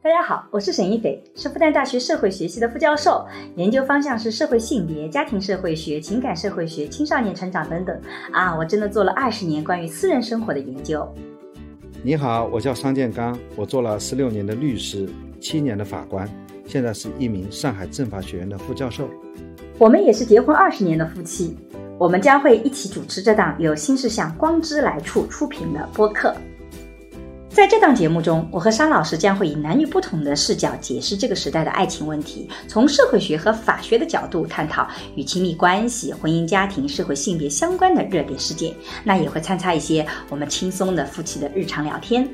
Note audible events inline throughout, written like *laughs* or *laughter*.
大家好，我是沈一斐，是复旦大学社会学系的副教授，研究方向是社会性别、家庭社会学、情感社会学、青少年成长等等。啊，我真的做了二十年关于私人生活的研究。你好，我叫商建刚，我做了十六年的律师，七年的法官，现在是一名上海政法学院的副教授。我们也是结婚二十年的夫妻，我们将会一起主持这档由新事项光之来处出品的播客。在这档节目中，我和商老师将会以男女不同的视角解释这个时代的爱情问题，从社会学和法学的角度探讨与亲密关系、婚姻家庭、社会性别相关的热点事件。那也会参差一些我们轻松的夫妻的日常聊天。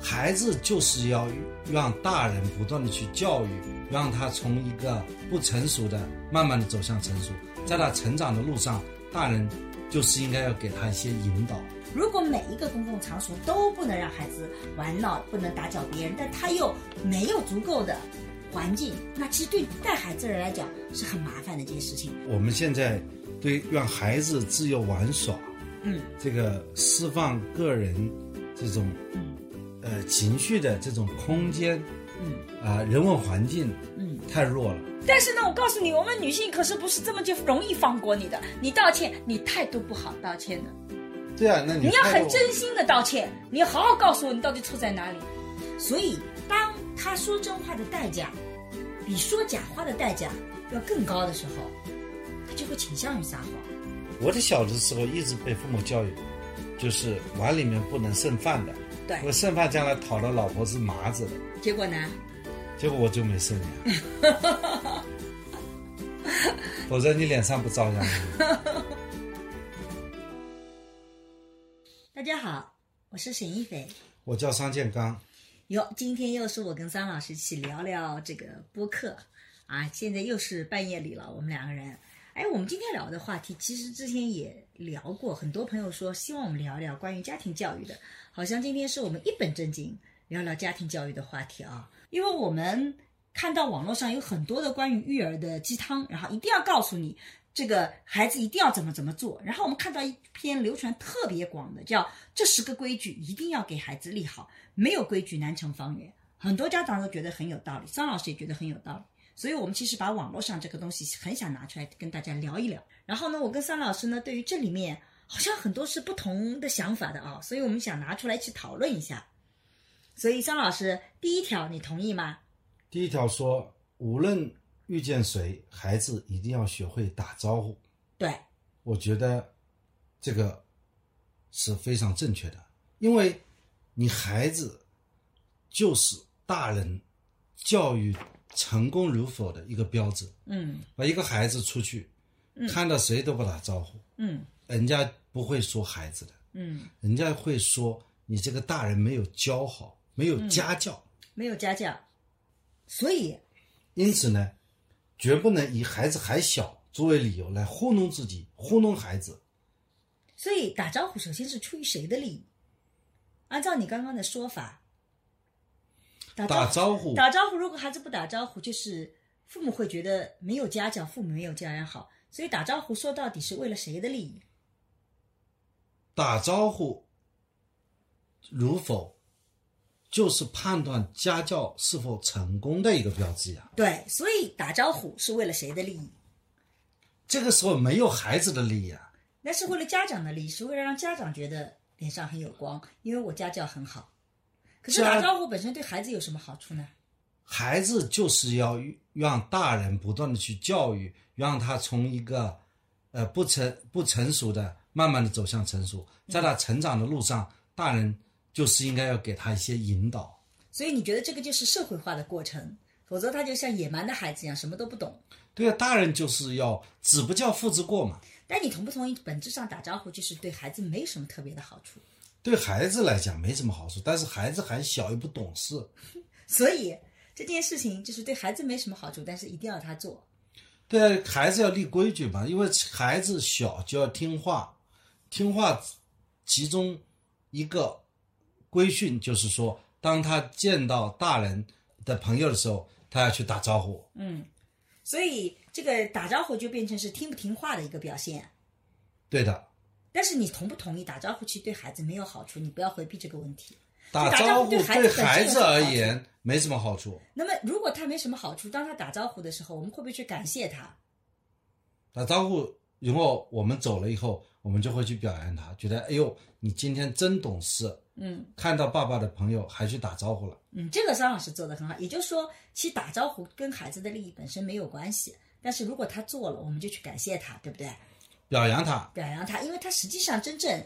孩子就是要让大人不断的去教育，让他从一个不成熟的，慢慢的走向成熟。在他成长的路上，大人就是应该要给他一些引导。如果每一个公共场所都不能让孩子玩闹，不能打搅别人，但他又没有足够的环境，那其实对带孩子的人来讲是很麻烦的一件事情。我们现在对让孩子自由玩耍，嗯，这个释放个人这种嗯呃情绪的这种空间嗯啊、人文环境嗯，太弱了。但是呢，我告诉你，我们女性可是不是这么就容易放过你的。你道歉，你态度不好道歉的，对啊，那你你要态很度真心的道歉，你好好告诉我你到底错在哪里。所以当他说真话的代价比说假话的代价要更高的时候，他就会倾向于撒谎。我的小的时候一直被父母教育，就是碗里面不能剩饭的，对因为剩饭将来讨了老婆是麻子的，结果呢？结果我就没剩呀。 *laughs* 否则你脸上不遭殃。大家好，我是沈一菲。我叫商建刚，哟，今天又是我跟桑老师一起聊聊这个播客啊，现在又是半夜里了，我们两个人。哎，我们今天聊的话题，其实之前也聊过，很多朋友说希望我们聊聊关于家庭教育的，好像今天是我们一本正经聊聊家庭教育的话题啊，因为我们看到网络上有很多的关于育儿的鸡汤，然后一定要告诉你这个孩子一定要怎么怎么做，然后我们看到一篇流传特别广的叫“这十个规矩一定要给孩子立好”。没有规矩难成方圆。很多家长都觉得很有道理，张老师也觉得很有道理。所以我们其实把网络上这个东西很想拿出来跟大家聊一聊。然后呢，我跟桑老师呢，对于这里面好像很多是不同的想法的啊，所以我们想拿出来去讨论一下。所以张老师，第一条你同意吗？第一条说，无论遇见谁，孩子一定要学会打招呼。对，我觉得这个是非常正确的，因为你孩子就是大人教育成功与否的一个标志。嗯把一个孩子出去，看到谁都不打招呼，嗯人家不会说孩子的，嗯，人家会说你这个大人没有教好，没有家教。没有家教，所以因此呢，绝不能以孩子还小作为理由来糊弄自己、糊弄孩子。所以打招呼首先是出于谁的利益？按照你刚刚的说法，打招打呼招呼，打招呼，如果孩子不打招呼，就是父母会觉得没有家教，父母没有教养好，所以打招呼说到底是为了谁的利益？打招呼如否，就是判断家教是否成功的一个标志呀。对，所以打招呼是为了谁的利益？这个时候没有孩子的利益啊，那是为了家长的利益，是为了让家长觉得脸上很有光，因为我家教很好。可是是啊打招呼本身对孩子有什么好处呢？孩子就是要让大人不断的去教育，让他从一个呃不成不成熟的，慢慢的走向成熟，在他成长的路上，大人就是应该要给他一些引导。所以你觉得这个就是社会化的过程，否则他就像野蛮的孩子一样，什么都不懂。对啊，大人就是要子不教父之过嘛。但你同不同意，本质上打招呼就是对孩子没什么特别的好处。对孩子来讲没什么好处，但是孩子还小又不懂事，所以这件事情就是对孩子没什么好处，但是一定要他做。对啊，孩子要立规矩嘛，因为孩子小就要听话，听话，其中一个规训就是说，当他见到大人的朋友的时候，他要去打招呼。所以这个打招呼就变成是听不听话的一个表现。对的，但是你同不同意打招呼其实对孩子没有好处，你不要回避这个问题。打打招招呼呼对孩对子本身孩有子什么而好处言没什么好处，那么如果他没什么好处，当他打招呼的时候，我们会不会去感谢他？打招呼，然后我们走了以后，我们就会去表扬他，觉得哎呦，你今天真懂事，嗯看到爸爸的朋友还去打招呼了。嗯，这个张老师做的很好。也就是说，其实打招呼跟孩子的利益本身没有关系，但是如果他做了，我们就去感谢他，对不对？表扬他，表扬他，因为他实际上真正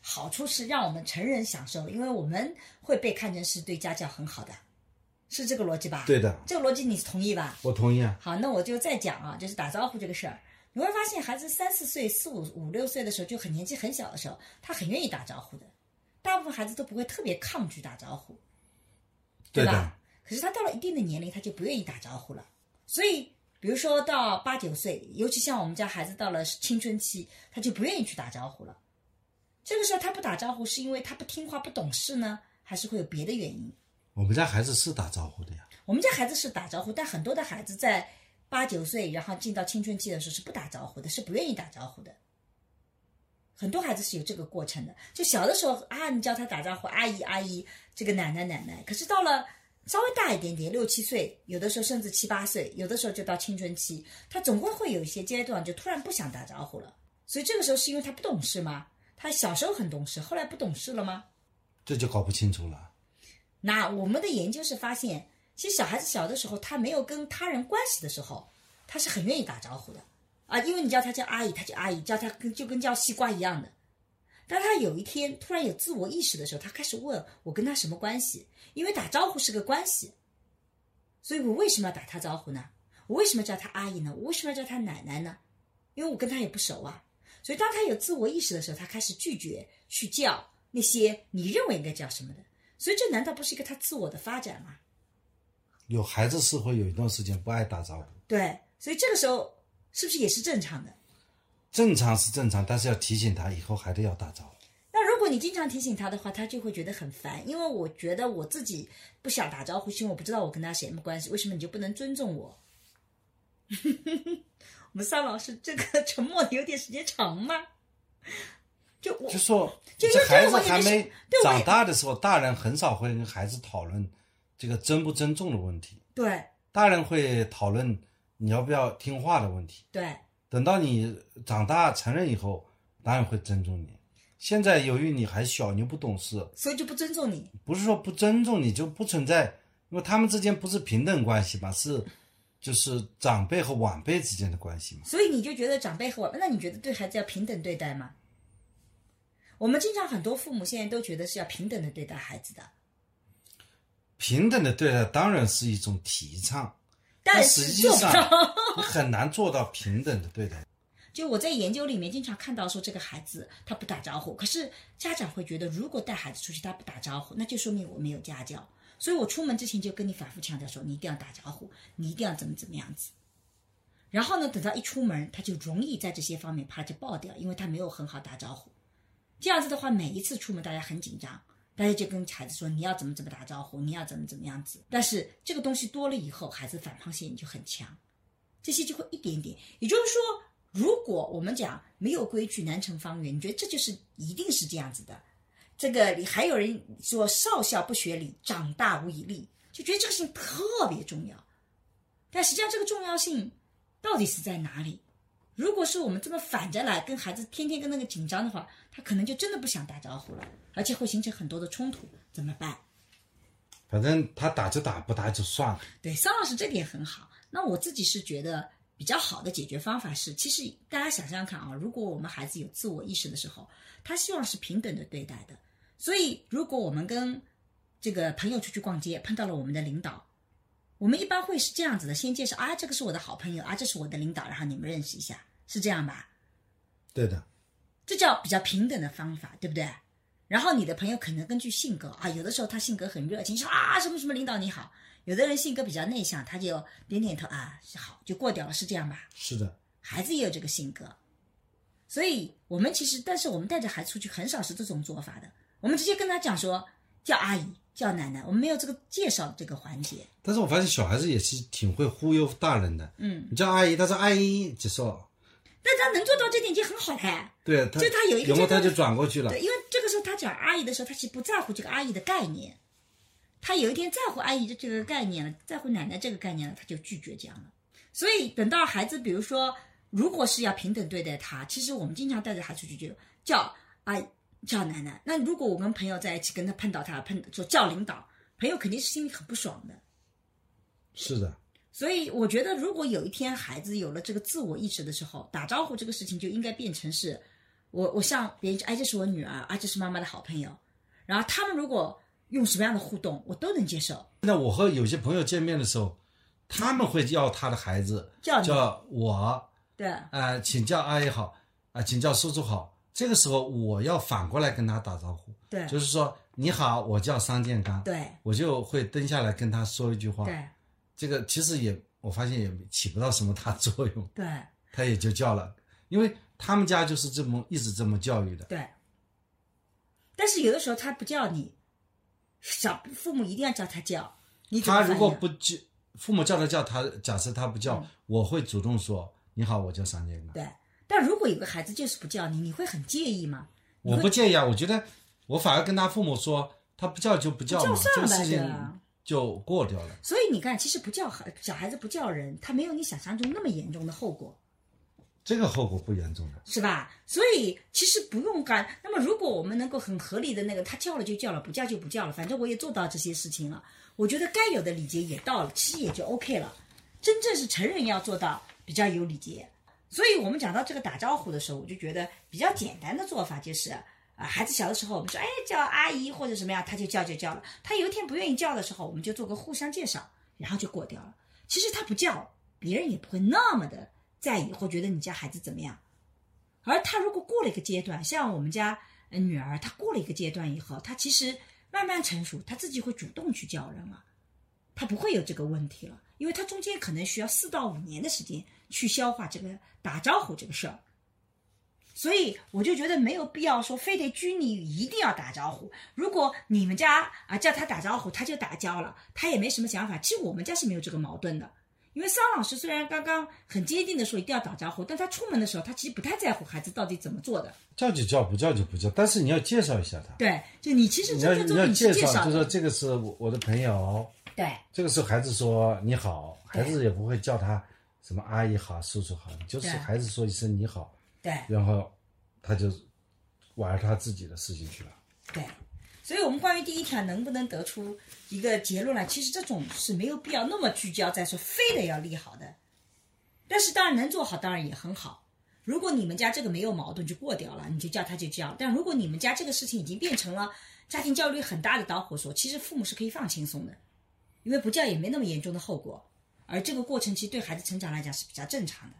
好处是让我们成人享受的，因为我们会被看成是对家教很好的，是这个逻辑吧？对的，这个逻辑你同意吧？我同意啊。好，那我就再讲啊，就是打招呼这个事儿。你会发现，孩子三四岁、四五五六岁的时候，就很年纪很小的时候，他很愿意打招呼的。大部分孩子都不会特别抗拒打招呼，对的吧？可是他到了一定的年龄，他就不愿意打招呼了。所以，比如说到八九岁，尤其像我们家孩子到了青春期，他就不愿意去打招呼了。这个时候他不打招呼，是因为他不听话、不懂事呢，还是会有别的原因？我们家孩子是打招呼的呀，我们家孩子是打招呼，但很多的孩子在八九岁，然后进到青春期的时候是不打招呼的，是不愿意打招呼的。很多孩子是有这个过程的，就小的时候啊，你叫他打招呼，阿姨阿姨，这个奶奶奶奶。可是到了稍微大一点点，六七岁，有的时候甚至七八岁，有的时候就到青春期，他总归会有一些阶段就突然不想打招呼了。所以这个时候是因为他不懂事吗？他小时候很懂事，后来不懂事了吗？这就搞不清楚了。那我们的研究是发现，其实小孩子小的时候，他没有跟他人关系的时候，他是很愿意打招呼的啊，因为你叫他叫阿姨，他就阿姨，叫他跟就跟叫西瓜一样的。当他有一天突然有自我意识的时候，他开始问我跟他什么关系，因为打招呼是个关系，所以我为什么要打他招呼呢？我为什么叫他阿姨呢？我为什么要叫他奶奶呢？因为我跟他也不熟啊。所以当他有自我意识的时候，他开始拒绝去叫那些你认为应该叫什么的。所以这难道不是一个他自我的发展吗？有孩子是会有一段时间不爱打招呼，对，所以这个时候是不是也是正常的？正常是正常，但是要提醒他以后还得要打招呼。那如果你经常提醒他的话，他就会觉得很烦。因为我觉得我自己不想打招呼，是因为我不知道我跟他什么关系。为什么你就不能尊重我？ *laughs* 我们桑老师这个 *laughs* 沉默的有点时间长吗？就我就说就因这为孩这个子我也还是没对我也长大的时候，大人很少会跟孩子讨论这个尊不尊重的问题，对大人会讨论你要不要听话的问题。对等到你长大成人以后，当然会尊重你。现在由于你还小，你又不懂事，所以就不尊重你。不是说不尊重你就不存在，因为他们之间不是平等关系嘛，是就是长辈和晚辈之间的关系嘛。所以你就觉得长辈和我，那你觉得对孩子要平等对待吗？我们经常很多父母现在都觉得是要平等的对待孩子的，平等的对待当然是一种提倡，但实际做不上到。 *laughs* 你很难做到平等的对待。就我在研究里面经常看到说这个孩子他不打招呼，可是家长会觉得如果带孩子出去他不打招呼，那就说明我没有家教。所以我出门之前就跟你反复强调说，你一定要打招呼，你一定要怎么怎么样子。然后呢，等到一出门，他就容易在这些方面啪就爆掉，因为他没有很好打招呼。这样子的话，每一次出门大家很紧张，大家就跟孩子说你要怎么怎么打招呼，你要怎么怎么样子。但是这个东西多了以后，孩子反抗性就很强。这些就会一点点。也就是说，如果我们讲没有规矩难成方圆，你觉得这就是一定是这样子的。这个里还有人说少小不学礼，长大无以立，就觉得这个事情特别重要。但实际上，这个重要性到底是在哪里？如果是我们这么反着来跟孩子天天跟那个紧张的话，他可能就真的不想打招呼了，而且会形成很多的冲突，怎么办？反正他打就打，不打就算了。对，桑老师这点很好。那我自己是觉得比较好的解决方法是，其实大家想想看啊，如果我们孩子有自我意识的时候，他希望是平等的对待的。所以，如果我们跟这个朋友出去逛街，碰到了我们的领导，我们一般会是这样子的：先介绍啊，这个是我的好朋友啊，这是我的领导，然后你们认识一下，是这样吧？对的，这叫比较平等的方法，对不对？然后你的朋友可能根据性格啊，有的时候他性格很热情，说啊什么什么领导你好；有的人性格比较内向，他就点点头啊是好就过掉了，是这样吧？是的，孩子也有这个性格，所以我们其实，但是我们带着孩子出去很少是这种做法的，我们直接跟他讲说叫阿姨叫奶奶，我们没有这个介绍这个环节。但是我发现小孩子也是挺会忽悠大人的。嗯，你叫阿姨，他说阿姨，就说那他能做到这点已经很好嘞。对他，就他有一个然后他这就个转过去了对，，因为这个时候他讲阿姨的时候，他其实不在乎这个阿姨的概念，他有一天在乎阿姨的这个概念了，在乎奶奶这个概念了，他就拒绝这样了。所以等到孩子，比如说，如果是要平等对待他，其实我们经常带着孩子去就叫阿姨、叫奶奶。那如果我跟朋友在一起，跟他碰到他碰就叫领导，朋友肯定是心里很不爽的。是的，所以我觉得，如果有一天孩子有了这个自我意识的时候，打招呼这个事情就应该变成是，我我向别人说，哎，这是我女儿，啊，这是妈妈的好朋友。然后他们如果用什么样的互动，我都能接受。那我和有些朋友见面的时候，他们会要他的孩子叫你叫我，对，呃，请叫阿姨好，啊、请叫叔叔好。这个时候我要反过来跟他打招呼，对，就是说你好，我叫桑建刚，嗯对，我就会蹲下来跟他说一句话。对，这个其实也我发现也起不到什么大作用，对，他也就叫了，因为他们家就是这么一直这么教育的。对。但是有的时候他不叫你，小父母一定要叫他叫。你怎么他如果反应不叫父母叫他叫他，假设他不叫，嗯我会主动说你好，我叫桑建刚。对，但如果有个孩子就是不叫你，你会很介意吗？我不介意啊，我觉得我反而跟他父母说，他不叫就不叫不嘛叫，算这了个呗事对情啊就过掉了。所以你看，其实不叫孩小孩子不叫人，他没有你想象中那么严重的后果，这个后果不严重的。是吧？所以其实不用干。那么如果我们能够很合理的那个，他叫了就叫了，不叫就不叫了，反正我也做到这些事情了，我觉得该有的礼节也到了，其实也就 OK 了。真正是成人要做到比较有礼节。所以我们讲到这个打招呼的时候，我就觉得比较简单的做法就是，啊、孩子小的时候我们说，哎，叫阿姨或者什么样，他就叫就叫了。他有一天不愿意叫的时候，我们就做个互相介绍，然后就过掉了。其实他不叫，别人也不会那么的在意或觉得你家孩子怎么样。而他如果过了一个阶段，像我们家呃女儿，她过了一个阶段以后，她其实慢慢成熟，她自己会主动去叫人了。他不会有这个问题了，因为他中间可能需要四到五年的时间去消化这个打招呼这个事儿。所以我就觉得没有必要说非得拘泥于一定要打招呼。如果你们家啊叫他打招呼，他就打交了，他也没什么想法。其实我们家是没有这个矛盾的，因为桑老师虽然刚刚很坚定的说一定要打招呼，但他出门的时候他其实不太在乎孩子到底怎么做的。叫就叫，不叫就不叫，但是你要介绍一下他。对，就你其实你要真正你做要你介是绍，绍就说的，这个是我我的朋友，对这个时候孩子说你好，对孩子也不会叫他什么阿姨好、叔叔好，你就是对孩子说一声你好，对。然后他就玩他自己的事情去了。对，所以我们关于第一条能不能得出一个结论来，其实这种是没有必要那么聚焦在说非得要立好的，但是当然能做好，当然也很好。如果你们家这个没有矛盾就过掉了，你就叫他就叫。但如果你们家这个事情已经变成了家庭教育很大的导火索，其实父母是可以放轻松的，因为不叫也没那么严重的后果。而这个过程其实对孩子成长来讲是比较正常的。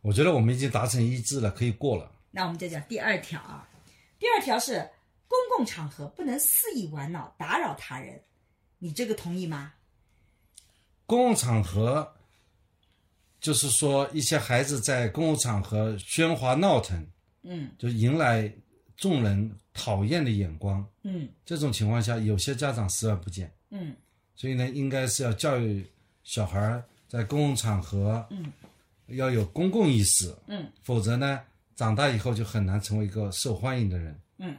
我觉得我们已经达成一致了，可以过了。那我们再讲第二条啊，第二条是公共场合不能肆意玩闹、打扰他人，你这个同意吗？公共场合，就是说一些孩子在公共场合喧哗闹腾，嗯就迎来众人讨厌的眼光。嗯这种情况下，有些家长视而不见，嗯所以呢，应该是要教育小孩儿在公共场合，嗯，要有公共意识，嗯否则呢，长大以后就很难成为一个受欢迎的人。嗯，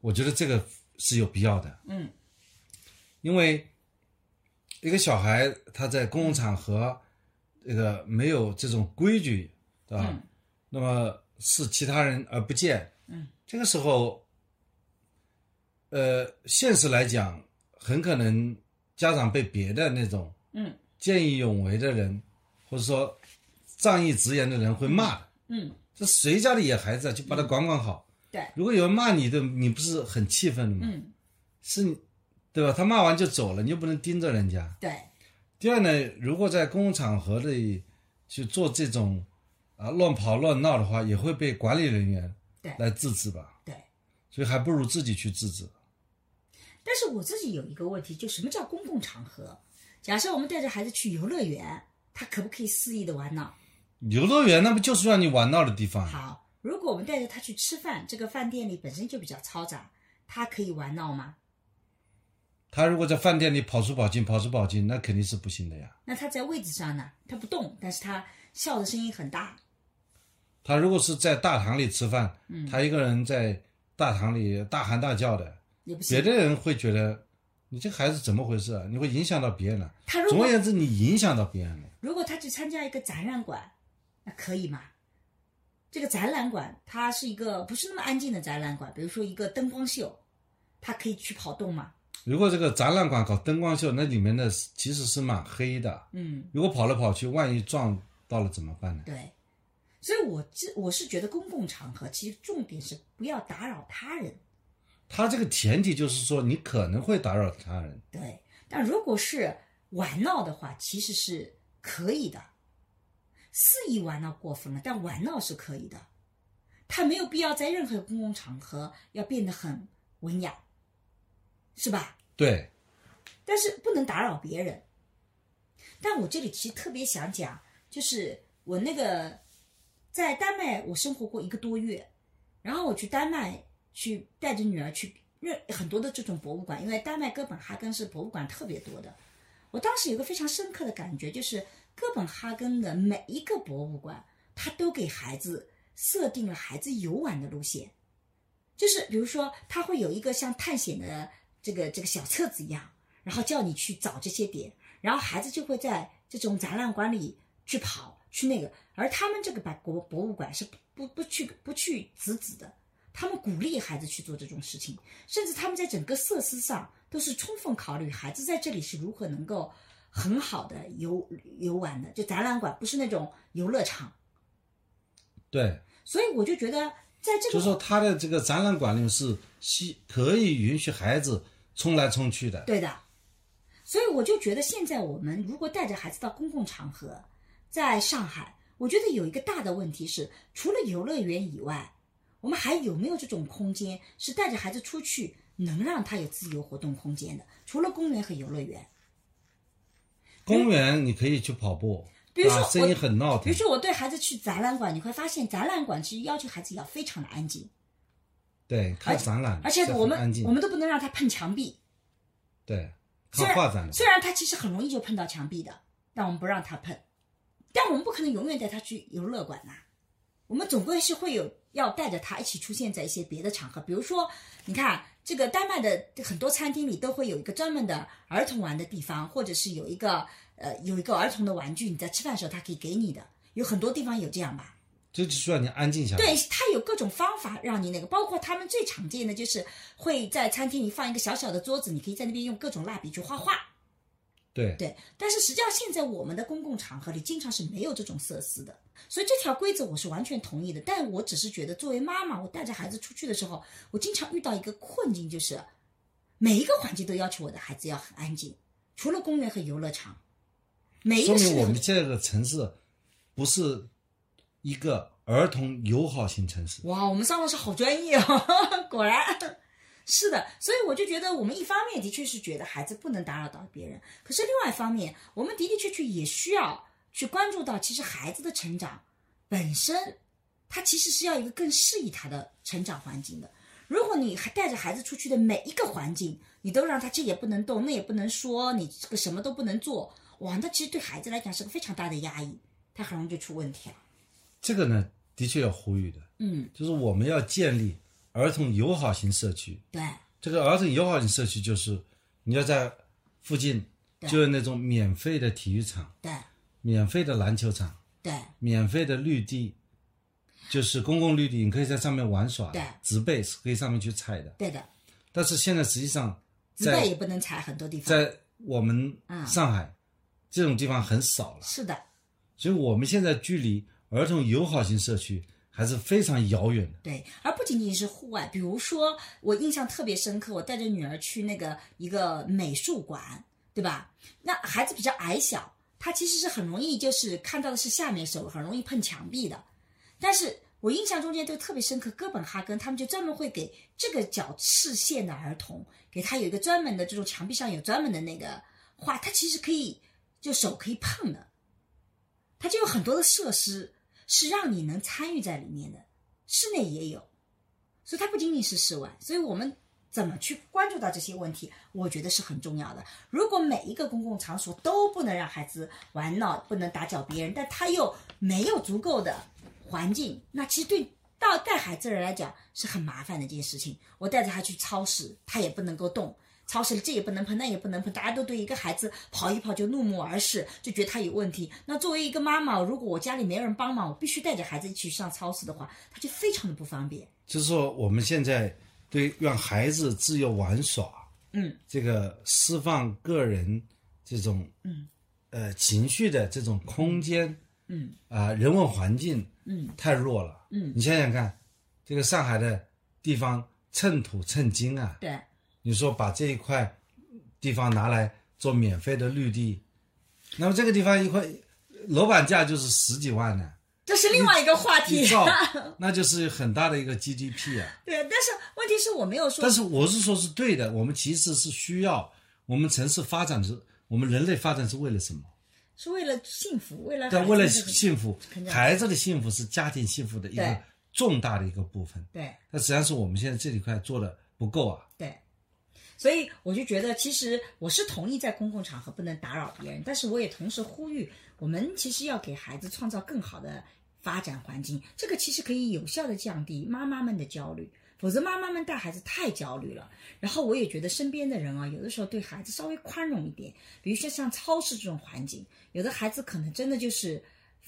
我觉得这个是有必要的。嗯，因为一个小孩他在公嗯共场合，这个没有这种规矩，对吧？嗯那么视其他人而不见，嗯，这个时候，呃，现实来讲，很可能家长被别的那种嗯见义勇为的人，或者说仗义直言的人会骂的。嗯，这谁家的野孩子啊，就把他管管好。对，如果有人骂你的，你不是很气愤的吗？嗯是你，对吧？他骂完就走了，你又不能盯着人家。对，第二呢，如果在公共场合里去做这种啊乱跑乱闹的话，也会被管理人员对来制止吧。对，所以还不如自己去制止。但是我自己有一个问题，就什么叫公共场合？假设我们带着孩子去游乐园，他可不可以肆意的玩闹？游乐园那不就是让你玩闹的地方？好，如果我们带着他去吃饭，这个饭店里本身就比较嘈杂，他可以玩闹吗？他如果在饭店里跑出跑进、跑出跑进，那肯定是不行的呀。那他在位置上呢？他不动，但是他笑的声音很大，他如果是在大堂里吃饭，嗯他一个人在大堂里大喊大叫的，也不行别。的人会觉得你这孩子怎么回事啊？你会影响到别人了。他如总果而言之，你影响到别人了。如果他去参加一个展览馆，那可以吗？这个展览馆它是一个不是那么安静的展览馆，比如说一个灯光秀，他可以去跑动嘛？如果这个展览馆搞灯光秀，那里面的其实是蛮黑的。嗯，如果跑来跑去，万一撞到了怎么办呢？对。所以我这我是觉得公共场合其实重点是不要打扰他人，他这个前提就是说，你可能会打扰他人。对。但如果是玩闹的话，其实是可以的。肆意玩闹过分了，但玩闹是可以的。他没有必要在任何公共场合要变得很文雅，是吧？对，但是不能打扰别人。但我这里其实特别想讲，就是我那个在丹麦我生活过一个多月，然后我去丹麦去带着女儿去认很多的这种博物馆，因为丹麦哥本哈根是博物馆特别多的。我当时有个非常深刻的感觉，就是哥本哈根的每一个博物馆，它都给孩子设定了孩子游玩的路线。就是比如说，他会有一个像探险的这个这个小册子一样，然后叫你去找这些点，然后孩子就会在这种展览馆里去跑去那个，而他们这个博博博物馆是不不不去不去阻止的，他们鼓励孩子去做这种事情，甚至他们在整个设施上都是充分考虑孩子在这里是如何能够很好的游游玩的，就展览馆不是那种游乐场，对，所以我就觉得在这个就是说他的这个展览馆里是希可以允许孩子冲来冲去的。对的，所以我就觉得现在我们如果带着孩子到公共场合，在上海，我觉得有一个大的问题是，除了游乐园以外，我们还有没有这种空间是带着孩子出去能让他有自由活动空间的？除了公园和游乐园，公园你可以去跑步，比如说啊，我声音很闹比腾如。说我对孩子去展览馆，你会发现展览馆其实要求孩子要非常的安静，对，看展览，而且啊是很我们安静我，们都不能让他碰墙壁，对，虽看然画展的，虽然他其实很容易就碰到墙壁的，但我们不让他碰，但我们不可能永远带他去游乐馆呐、我们总归是会有要带着他一起出现在一些别的场合，比如说，你看这个丹麦的很多餐厅里都会有一个专门的儿童玩的地方，或者是有一个呃有一个儿童的玩具，你在吃饭的时候他可以给你的，有很多地方有这样吧。这就需要你安静下来。对，他有各种方法让你那个，包括他们最常见的就是会在餐厅里放一个小小的桌子，你可以在那边用各种蜡笔去画画。对对，但是实际上现在我们的公共场合里经常是没有这种设施的，所以这条规则我是完全同意的。但我只是觉得，作为妈妈，我带着孩子出去的时候，我经常遇到一个困境，就是每一个环节都要求我的孩子要很安静，除了公园和游乐场，每一说个明室我们内这个城市不是一个儿童友好型城市。哇，我们张老师好专业哦， *laughs* 果然是的。所以我就觉得，我们一方面的确是觉得孩子不能打扰到别人，可是另外一方面，我们的的确确也需要去关注到，其实孩子的成长本身，他其实是要一个更适宜他的成长环境的。如果你还带着孩子出去的每一个环境，你都让他这也不能动，那也不能说，你这个什么都不能做，哇，那其实对孩子来讲是个非常大的压抑，他很容易就出问题了。这个呢，的确要呼吁的，嗯，就是我们要建立儿童友好型社区。对，这个儿童友好型社区就是你要在附近对就有那种免费的体育场、对，免费的篮球场、对。免费的绿地，就是公共绿地，你可以在上面玩耍的对，植被是可以上面去踩的。对的，但是现在实际上植被也在不能踩很多地方。在我们嗯上海、这种地方很少了，是的，所以我们现在距离儿童友好型社区还是非常遥远的。对，而不仅仅是户外，比如说我印象特别深刻，我带着女儿去那个一个美术馆，对吧？那孩子比较矮小，他其实是很容易就是看到的是下面手，很容易碰墙壁的。但是我印象中间就特别深刻，哥本哈根他们就专门会给这个角视线的儿童，给他有一个专门的这种墙壁上有专门的那个画，他其实可以就手可以碰的，它就有很多的设施是让你能参与在里面的。室内也有，所以它不仅仅是室外，所以我们怎么去关注到这些问题，我觉得是很重要的。如果每一个公共场所都不能让孩子玩闹，不能打搅别人，但他又没有足够的环境，那其实对到带孩子的人来讲是很麻烦的一件事情。我带着他去超市，他也不能够动。超市里这也不能碰，那也不能碰，大家都对一个孩子跑一跑就怒目而视，就觉得他有问题。那作为一个妈妈，如果我家里没人帮忙，我必须带着孩子一起上超市的话，他就非常的不方便。就是说我们现在对让孩子自由玩耍，嗯，这个释放个人这种嗯呃情绪的这种空间嗯啊、人文环境嗯太弱了。嗯，你想想看，这个上海的地方称土称金啊，对，你说把这一块地方拿来做免费的绿地，那么这个地方一块楼板价就是十几万呢、这是另外一个话一题。造那就是很大的一个 GDP 啊。 *laughs* 对，但是问题是我没有说但，是我是说，是对的。我们其实是需要，我们城市发展是，我们人类发展是为了什么？是为了幸福，为了但孩为了子的幸福肯，定孩子的幸福是家庭幸福的一对个重大的一个部分。对那实际上是我们现在这一块做的不够啊。对。所以我就觉得，其实我是同意在公共场合不能打扰别人，但是我也同时呼吁，我们其实要给孩子创造更好的发展环境，这个其实可以有效的降低妈妈们的焦虑。否则，妈妈们带孩子太焦虑了。然后，我也觉得身边的人啊，有的时候对孩子稍微宽容一点，比如说像超市这种环境，有的孩子可能真的就是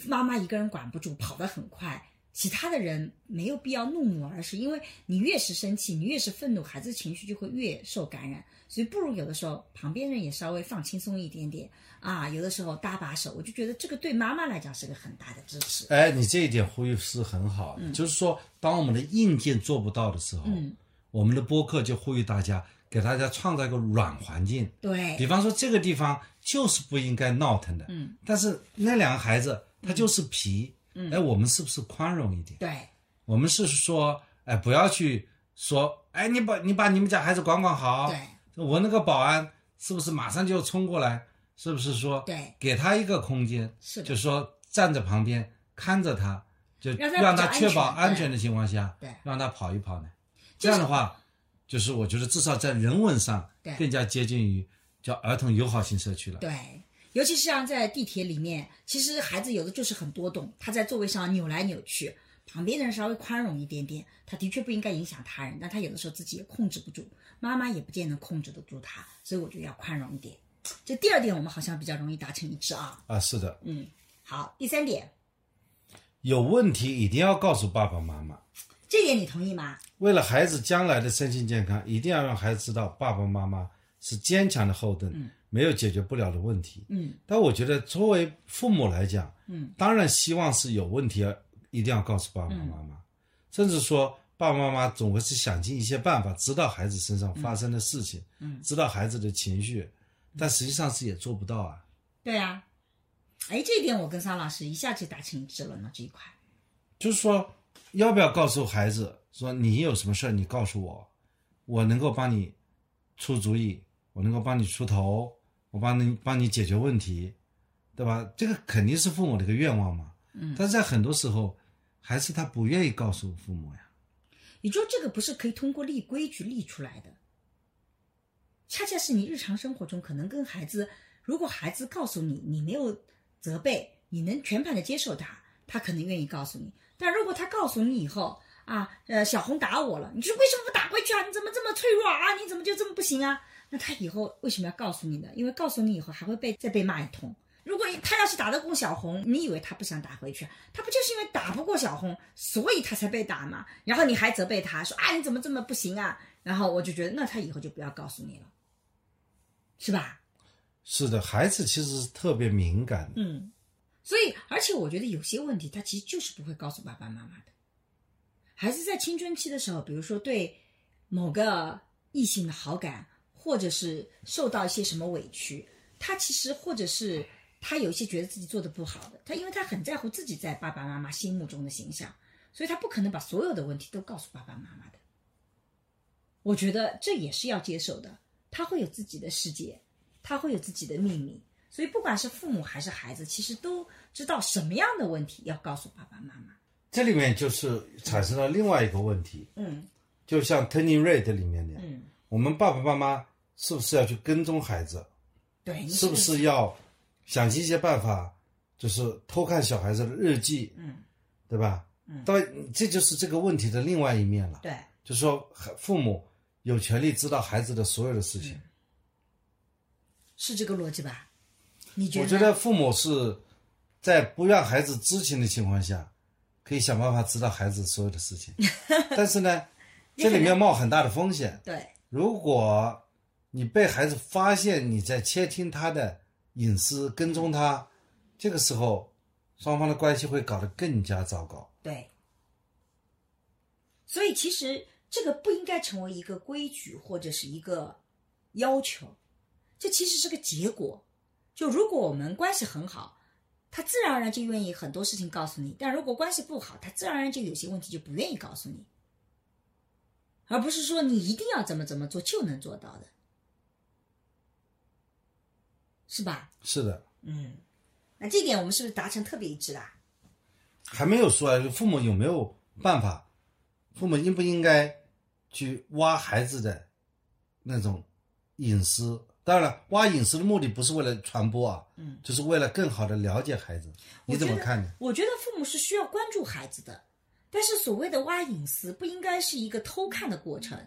妈妈一个人管不住，跑得很快，其他的人没有必要怒目而视，因为你越是生气，你越是愤怒，孩子情绪就会越受感染。所以不如有的时候旁边人也稍微放轻松一点点啊，有的时候搭把手，我就觉得这个对妈妈来讲是个很大的支持。哎，你这一点呼吁是很好的，就是说，当我们的硬件做不到的时候，嗯，我们的播客就呼吁大家，给大家创造一个软环境。比对，方说，这个地方就是不应该闹腾的，嗯，但是那两个孩子他就是皮，嗯哎，我们是不是宽容一点？对，我们是说，哎，不要去说，哎，你把你把你们家孩子管管好，对，我那个保安是不是马上就要冲过来？是不是说，对给他一个空间，是的就说站在旁边看着他，就让他让比较他确保安全安全的情况下，对让他跑一跑呢？就是这样的话，就是我觉得至少在人文上对更加接近于叫儿童友好型社区了。对，尤其是像在地铁里面，其实孩子有的就是很多动，他在座位上扭来扭去，旁边的人稍微宽容一点点，他的确不应该影响他人，但他有的时候自己也控制不住，妈妈也不见得控制得住他，所以我觉得要宽容一点。这第二点我们好像比较容易达成一致啊。啊，是的，嗯，好，第三点，有问题一定要告诉爸爸妈妈。这点你同意吗？为了孩子将来的身心健康，一定要让孩子知道爸爸妈妈是坚强的后盾，嗯没有解决不了的问题。嗯但我觉得作为父母来讲，嗯，当然希望是有问题一定要告诉爸爸妈妈，甚至说爸爸妈妈总会是想尽一些办法知道孩子身上发生的事情，嗯嗯知道孩子的情绪，但实际上是也做不到啊。对啊。哎，这一点我跟桑老师一下就达成一致了呢，这一块。就是说，要不要告诉孩子说你有什么事儿，你告诉我，我能够帮你出主意，我能够帮你出头，我帮你帮你解决问题，对吧？这个肯定是父母的一个愿望嘛。嗯但是在很多时候，还是他不愿意告诉父母呀。也就是这个不是可以通过立规矩立出来的，恰恰是你日常生活中可能跟孩子，如果孩子告诉你，你没有责备，你能全盘的接受他，他可能愿意告诉你。但如果他告诉你以后啊，呃，小红打我了，你说为什么不打回去啊？你怎么这么脆弱啊？你怎么就这么不行啊？那他以后为什么要告诉你呢？因为告诉你以后还会被再被骂一通。如果他要是打得过小红，你以为他不想打回去，他不就是因为打不过小红，所以他才被打嘛？然后你还责备他说啊，你怎么这么不行啊？然后我就觉得，那他以后就不要告诉你了，是吧？是的，孩子其实是特别敏感的。嗯，所以而且我觉得有些问题他其实就是不会告诉爸爸妈妈的。孩子在青春期的时候，比如说对某个异性的好感，或者是受到一些什么委屈，他其实或者是他有一些觉得自己做的不好的，他因为他很在乎自己在爸爸妈妈心目中的形象，所以他不可能把所有的问题都告诉爸爸妈妈的。我觉得这也是要接受的，他会有自己的世界，他会有自己的秘密，所以不管是父母还是孩子，其实都知道什么样的问题要告诉爸爸妈妈。这里面就是产生了另外一个问题，嗯就像 Turning Red 里面的，嗯，我们爸爸妈妈是不是要去跟踪孩子？对，你是不是要想尽一些办法，就是偷看小孩子的日记，嗯对吧？到这就是这个问题的另外一面了，对，就说孩父母有权利知道孩子的所有的事情。嗯是这个逻辑吧？你觉我得？觉得父母是在不让孩子知情的情况下，可以想办法知道孩子所有的事情，但是呢，这里面冒很大的风险。对，如果你被孩子发现你在窃听他的隐私、跟踪他，这个时候双方的关系会搞得更加糟糕。对。所以其实这个不应该成为一个规矩或者是一个要求，这其实是个结果。就如果我们关系很好，他自然而然就愿意很多事情告诉你；但如果关系不好，他自然而然就有些问题就不愿意告诉你，而不是说你一定要怎么怎么做就能做到的，是吧？是的，嗯，那这点我们是不是达成特别一致啊啦？还没有说啊，父母有没有办法？父母应不应该去挖孩子的那种隐私？当然了，挖隐私的目的不是为了传播啊，嗯，就是为了更好的了解孩子。你怎么看呢？我觉得父母是需要关注孩子的，但是所谓的挖隐私，不应该是一个偷看的过程，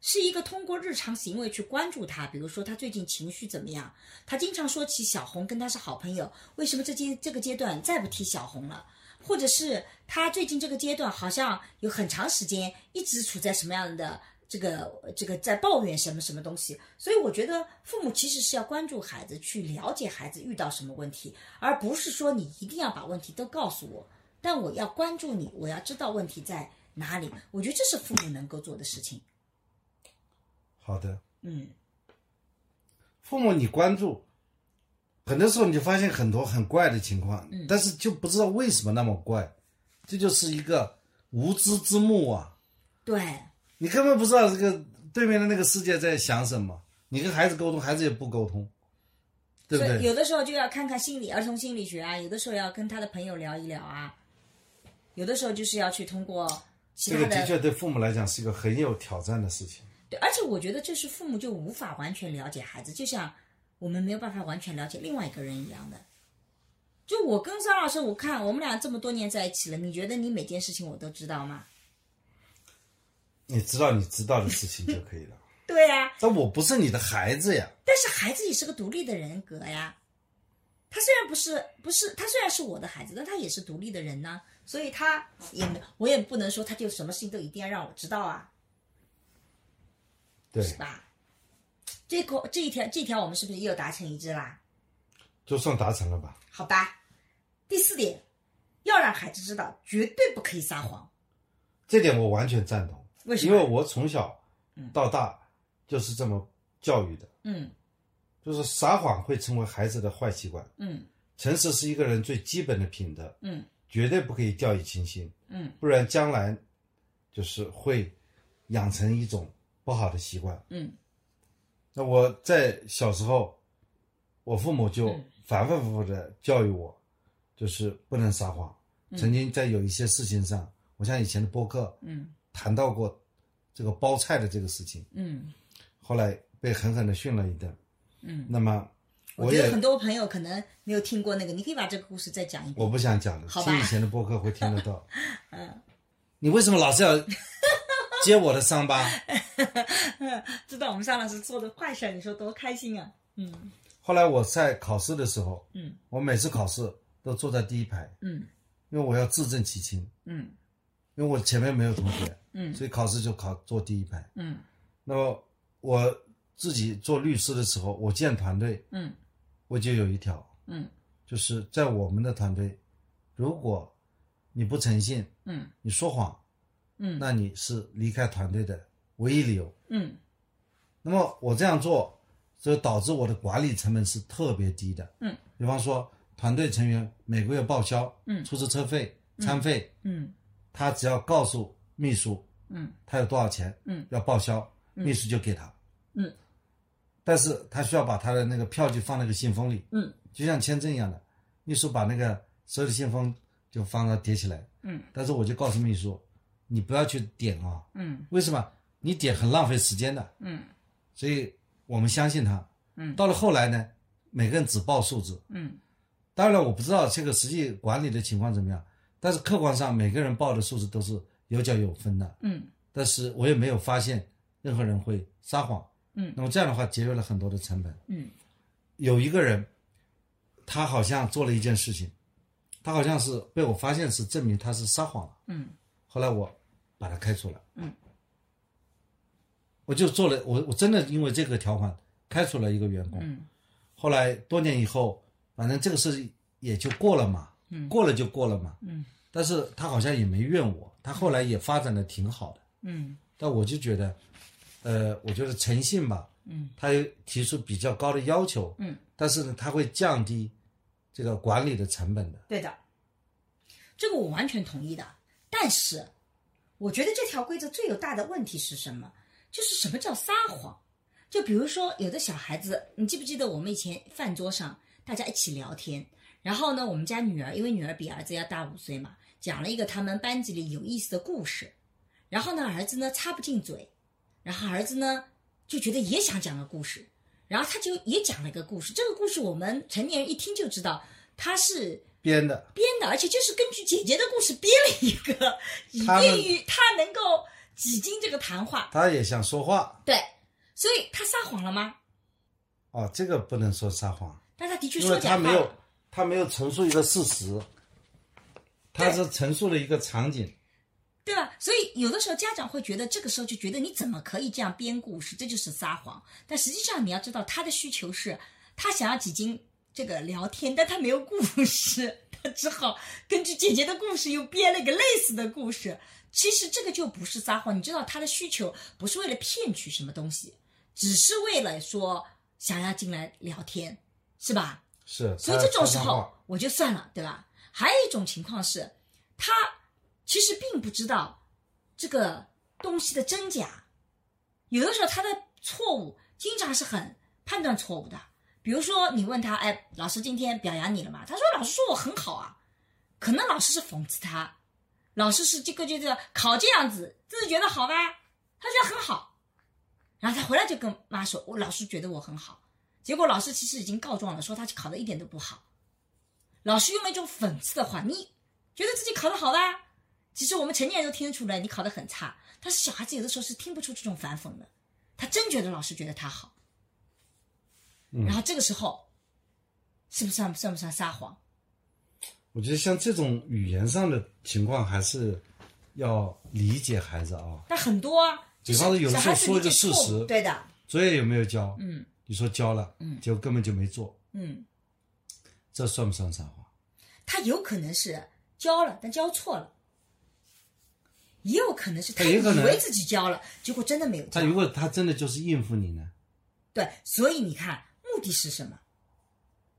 是一个通过日常行为去关注他。比如说他最近情绪怎么样，他经常说起小红跟他是好朋友，为什么这阶这个阶段再不提小红了？或者是他最近这个阶段好像有很长时间一直处在什么样的这个这个在抱怨什么什么东西，所以我觉得父母其实是要关注孩子，去了解孩子遇到什么问题，而不是说你一定要把问题都告诉我，但我要关注你，我要知道问题在哪里。我觉得这是父母能够做的事情。好的，嗯，父母你关注，很多时候你就发现很多很怪的情况，嗯但是就不知道为什么那么怪，这就是一个无知之幕啊。对你根本不知道这个对面的那个世界在想什么。你跟孩子沟通，孩子也不沟通，对不所以对？有的时候就要看看心理儿童心理学啊，有的时候要跟他的朋友聊一聊啊，有的时候就是要去通过其这他个的的确对父母来讲是一个很有挑战的事情。对，而且我觉得这是父母就无法完全了解孩子，就像我们没有办法完全了解另外一个人一样的。就我跟张老师，我看我们俩这么多年在一起了，你觉得你每件事情我都知道吗？你知道你知道的事情就可以了。对呀、但我不是你的孩子呀，但是孩子也是个独立的人格呀。他虽然不是不是，他虽然是我的孩子，但他也是独立的人呐、所以他也我也不能说他就什么事情都一定要让我知道啊，对，是吧？这个这一条这条我们是不是也有达成一致啦？就算达成了吧。好吧。第四点，要让孩子知道绝对不可以撒谎。这点我完全赞同，为什因么？为我从小到大就是这么教育的，嗯就是撒谎会成为孩子的坏习惯，嗯诚实是一个人最基本的品德，嗯绝对不可以掉以轻心。嗯不然将来就是会养成一种不好的习惯。嗯那我在小时候，我父母就嗯反反复复的教育我，就是不能撒谎。曾经在有一些事情上，我像以前的播客嗯谈到过这个包菜的这个事情，嗯后来被狠狠的训了一顿。嗯。那么我觉也得很多朋友可能没有听过那个，你可以把这个故事再讲一遍。我不想讲了，好吧听以前的播客会听 *laughs* 得到。嗯，你为什么老是要揭我的伤 *laughs* 疤？知道我们张老师做的坏事儿，你说多开心啊！嗯后来我在考试的时候，嗯，我每次考试都坐在第一排，嗯因为我要自证其清，嗯因为我前面没有同学，嗯所以考试就考坐第一排。嗯那么我自己做律师的时候，我建团队，嗯我就有一条，嗯就是在我们的团队，如果你不诚信，嗯你说谎，嗯那你是离开团队的唯一理由。嗯那么我这样做，就导致我的管理成本是特别低的。嗯，比方说团队成员每个月报销，嗯出租车费、餐费，嗯他只要告诉秘书嗯他有多少钱，嗯，要报销，嗯秘书就给他，嗯，但是他需要把他的那个票据放那个信封里，嗯，就像签证一样的，秘书把那个所有的信封就放到叠起来，嗯，但是我就告诉秘书，你不要去点啊，嗯为什么？你点很浪费时间的，嗯所以我们相信他。嗯到了后来呢，每个人只报数字。嗯当然了，我不知道这个实际管理的情况怎么样，但是客观上每个人报的数字都是有奖有分的，嗯但是我也没有发现任何人会撒谎。嗯那么这样的话节约了很多的成本。嗯有一个人，他好像做了一件事情，他好像是被我发现是证明他是撒谎了，嗯后来我把他开除了。嗯，我就做了，我我真的因为这个条款开除了一个员工。嗯后来多年以后，反正这个事也就过了嘛，嗯过了就过了嘛。嗯但是他好像也没怨我，他后来也发展的挺好的。嗯但我就觉得，呃，我觉得诚信吧，嗯他提出比较高的要求，嗯，但是呢，他会降低这个管理的成本的。对的，这个我完全同意的。但是，我觉得这条规则最有大的问题是什么？就是什么叫撒谎？就比如说，有的小孩子，你记不记得我们以前饭桌上大家一起聊天，然后呢，我们家女儿因为女儿比儿子要大五岁嘛，讲了一个他们班级里有意思的故事，然后呢，儿子呢插不进嘴，然后儿子呢就觉得也想讲个故事，然后他就也讲了一个故事。这个故事我们成年人一听就知道，他是编的，编的，而且就是根据姐姐的故事编了一个，以 *laughs* 他们便于他能够挤进这个谈话。他也想说话对，所以他撒谎了吗？哦，这个不能说撒谎，但他的确因说为他假话没有了。他没有陈述一个事实，他是陈述了一个场景。对吧？所以有的时候家长会觉得，这个时候就觉得你怎么可以这样编故事，这就是撒谎。但实际上你要知道，他的需求是，他想要挤进这个聊天，但他没有故事，他只好根据姐姐的故事又编了一个类似的故事。其实这个就不是撒谎，你知道他的需求不是为了骗取什么东西，只是为了说想要进来聊天，是吧？是，所以他这种时他候我就算了，对吧？还有一种情况是，他其实并不知道这个东西的真假，有的时候他的错误经常是很判断错误的。比如说，你问他，哎，老师今天表扬你了吗？他说，老师说我很好啊，可能老师是讽刺他，老师是这个就是考这样子，自己觉得好吗？他觉得很好，然后他回来就跟妈说，我老师觉得我很好。结果老师其实已经告状了，说他考的一点都不好。老师用了一种讽刺的话：“你觉得自己考得好吧？”其实我们成年人都听得出来你考得很差，但是小孩子有的时候是听不出这种反讽的，他真觉得老师觉得他好。嗯然后这个时候，是不是算算不算撒谎？我觉得像这种语言上的情况，还是要理解孩子啊。但很多啊，就比方说是有小的时候孩子说理一解个事错误，实对的，作业有没有交？嗯你说交了，嗯结果根本就没做，嗯这算不算撒谎？他有可能是教了，但教错了。也有可能是他也以可能为自己教了，结果真的没有教他。如果他真的就是应付你呢？对，所以你看，目的是什么？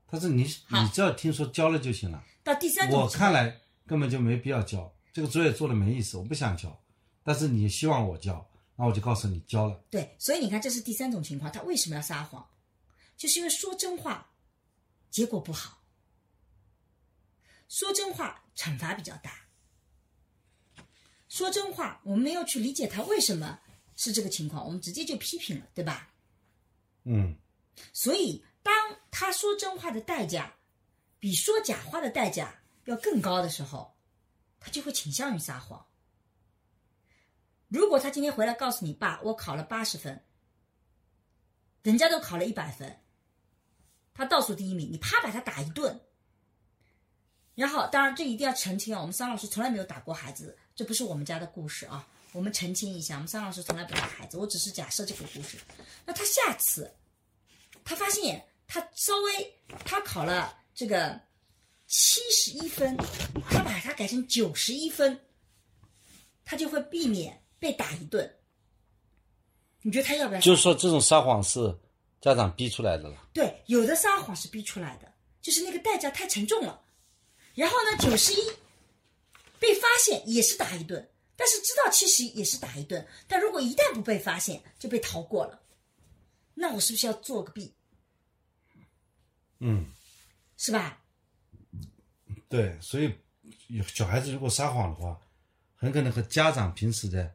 他说你好你只要听说交了就行了。到第三种我情看况，来根本就没必要交，这个作业做的没意思，我不想交。但是你希望我交，那我就告诉你交了。对，所以你看，这是第三种情况，他为什么要撒谎？就是因为说真话，结果不好。说真话惩罚比较大。说真话，我们没有去理解他为什么是这个情况，我们直接就批评了，对吧？嗯，所以，当他说真话的代价比说假话的代价要更高的时候，他就会倾向于撒谎。如果他今天回来告诉你爸，我考了八十分，人家都考了一百分，他倒数第一名，你啪把他打一顿。然后，当然这一定要澄清啊，我们桑老师从来没有打过孩子，这不是我们家的故事啊。我们澄清一下，我们桑老师从来不打孩子，我只是假设这个故事。那他下次他发现他稍微他考了这个七十一分，他把它改成九十一分，他就会避免被打一顿。你觉得他要不要？就是说这种撒谎是家长逼出来的了。对，有的撒谎是逼出来的，就是那个代价太沉重了。然后呢，九十一被发现也是打一顿，但是知道七十也是打一顿，但如果一旦不被发现，就被逃过了。那我是不是要做个弊？嗯，是吧？对，所以有小孩子如果撒谎的话，很可能和家长平时的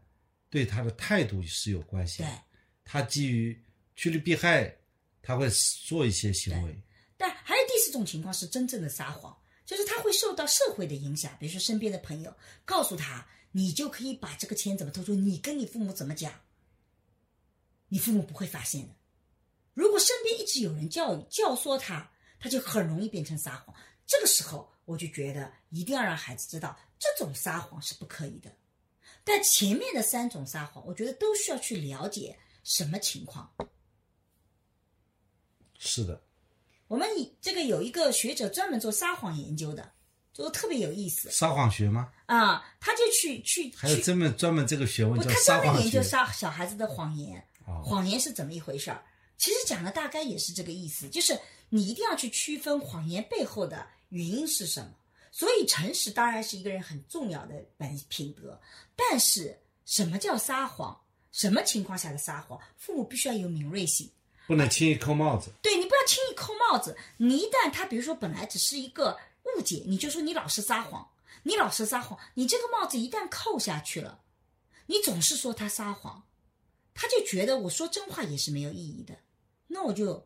对他的态度是有关系对的。。他基于趋利避害，他会做一些行为。但还有第四种情况是真正的撒谎，就是他会受到社会的影响，比如说身边的朋友告诉他，你就可以把这个钱怎么投出，你跟你父母怎么讲，你父母不会发现的。如果身边一直有人教教唆他，他就很容易变成撒谎。这个时候，我就觉得一定要让孩子知道，这种撒谎是不可以的。但前面的三种撒谎，我觉得都需要去了解什么情况。是的，我们以这个有一个学者专门做撒谎研究的，就特别有意思撒谎学吗？啊，他就去去还有去，专门专门这个学问不，叫他撒专门谎研学究撒小孩子的谎言。哦，谎言是怎么一回事儿？其实讲的大概也是这个意思，就是你一定要去区分谎言背后的原因是什么。所以，诚实当然是一个人很重要的本品德，但是什么叫撒谎？什么情况下的撒谎？父母必须要有敏锐性。不能轻易扣帽子。对你不要轻易扣帽子。你一旦他比如说本来只是一个误解，你就说你老是撒谎，你老是撒谎，你这个帽子一旦扣下去了，你总是说他撒谎，他就觉得我说真话也是没有意义的，那我就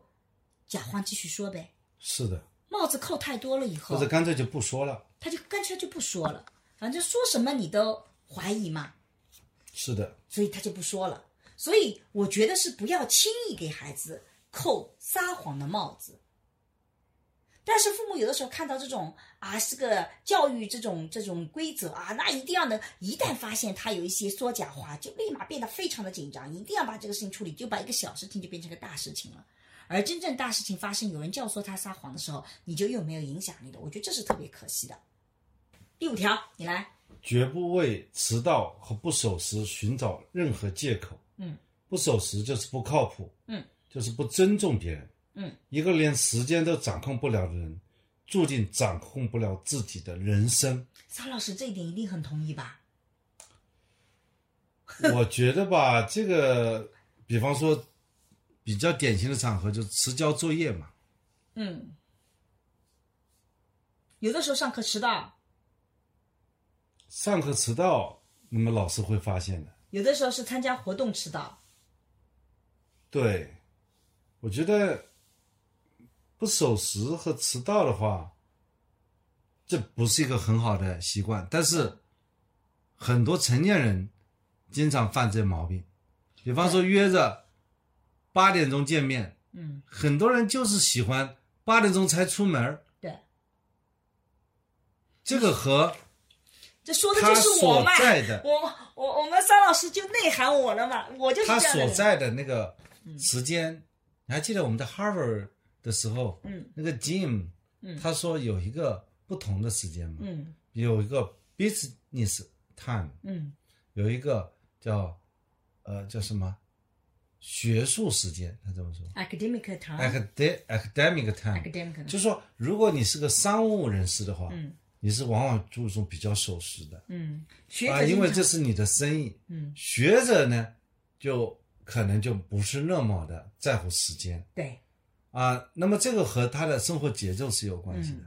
假话继续说呗。是的，帽子扣太多了以后或，者干脆就不说了。他就干脆就不说了，反正说什么你都怀疑嘛。是的，所以他就不说了。所以我觉得是不要轻易给孩子扣撒谎的帽子。但是父母有的时候看到这种啊，是个教育这种这种规则啊，那一定要能，一旦发现他有一些说假话，就立马变得非常的紧张，一定要把这个事情处理，就把一个小事情就变成个大事情了。而真正大事情发生，有人教唆他撒谎的时候，你就又没有影响力了。我觉得这是特别可惜的。第五条，你来。绝不为迟到和不守时寻找任何借口。嗯，不守时就是不靠谱。嗯，就是不尊重别人。嗯，一个连时间都掌控不了的人，注定掌控不了自己的人 *laughs* 生。沙老师这一点一定很同意吧？我觉得吧，这个，比方说，比较典型的场合就是迟交作业嘛。嗯，有的时候上课迟到，上课迟到，那么老师会发现的。有的时候是参加活动迟到。对，我觉得不守时和迟到的话，这不是一个很好的习惯。但是很多成年人经常犯这毛病，比方说约着八点钟见面，嗯，很多人就是喜欢八点钟才出门儿。对，这个和这说的就是我嘛他所在的。我我我们沙老师就内涵我了嘛，我就是他这样的所人。在的那个时间，你还记得我们在 Harvard 的时候，嗯，那个 Jim，嗯他说有一个不同的时间嘛，嗯有一个 business time，嗯有一个叫呃叫什么学术时间，他这么说、 ，academic time a c a d e m i c time，啊 academic time 哎就说如果你是个商务人士的话，嗯你是往往注重比较守时的嗯，学啊，者因经为常这是你的生意，嗯学者呢，就可能就不是那么的在乎时间对，啊。那么这个和他的生活节奏是有关系的。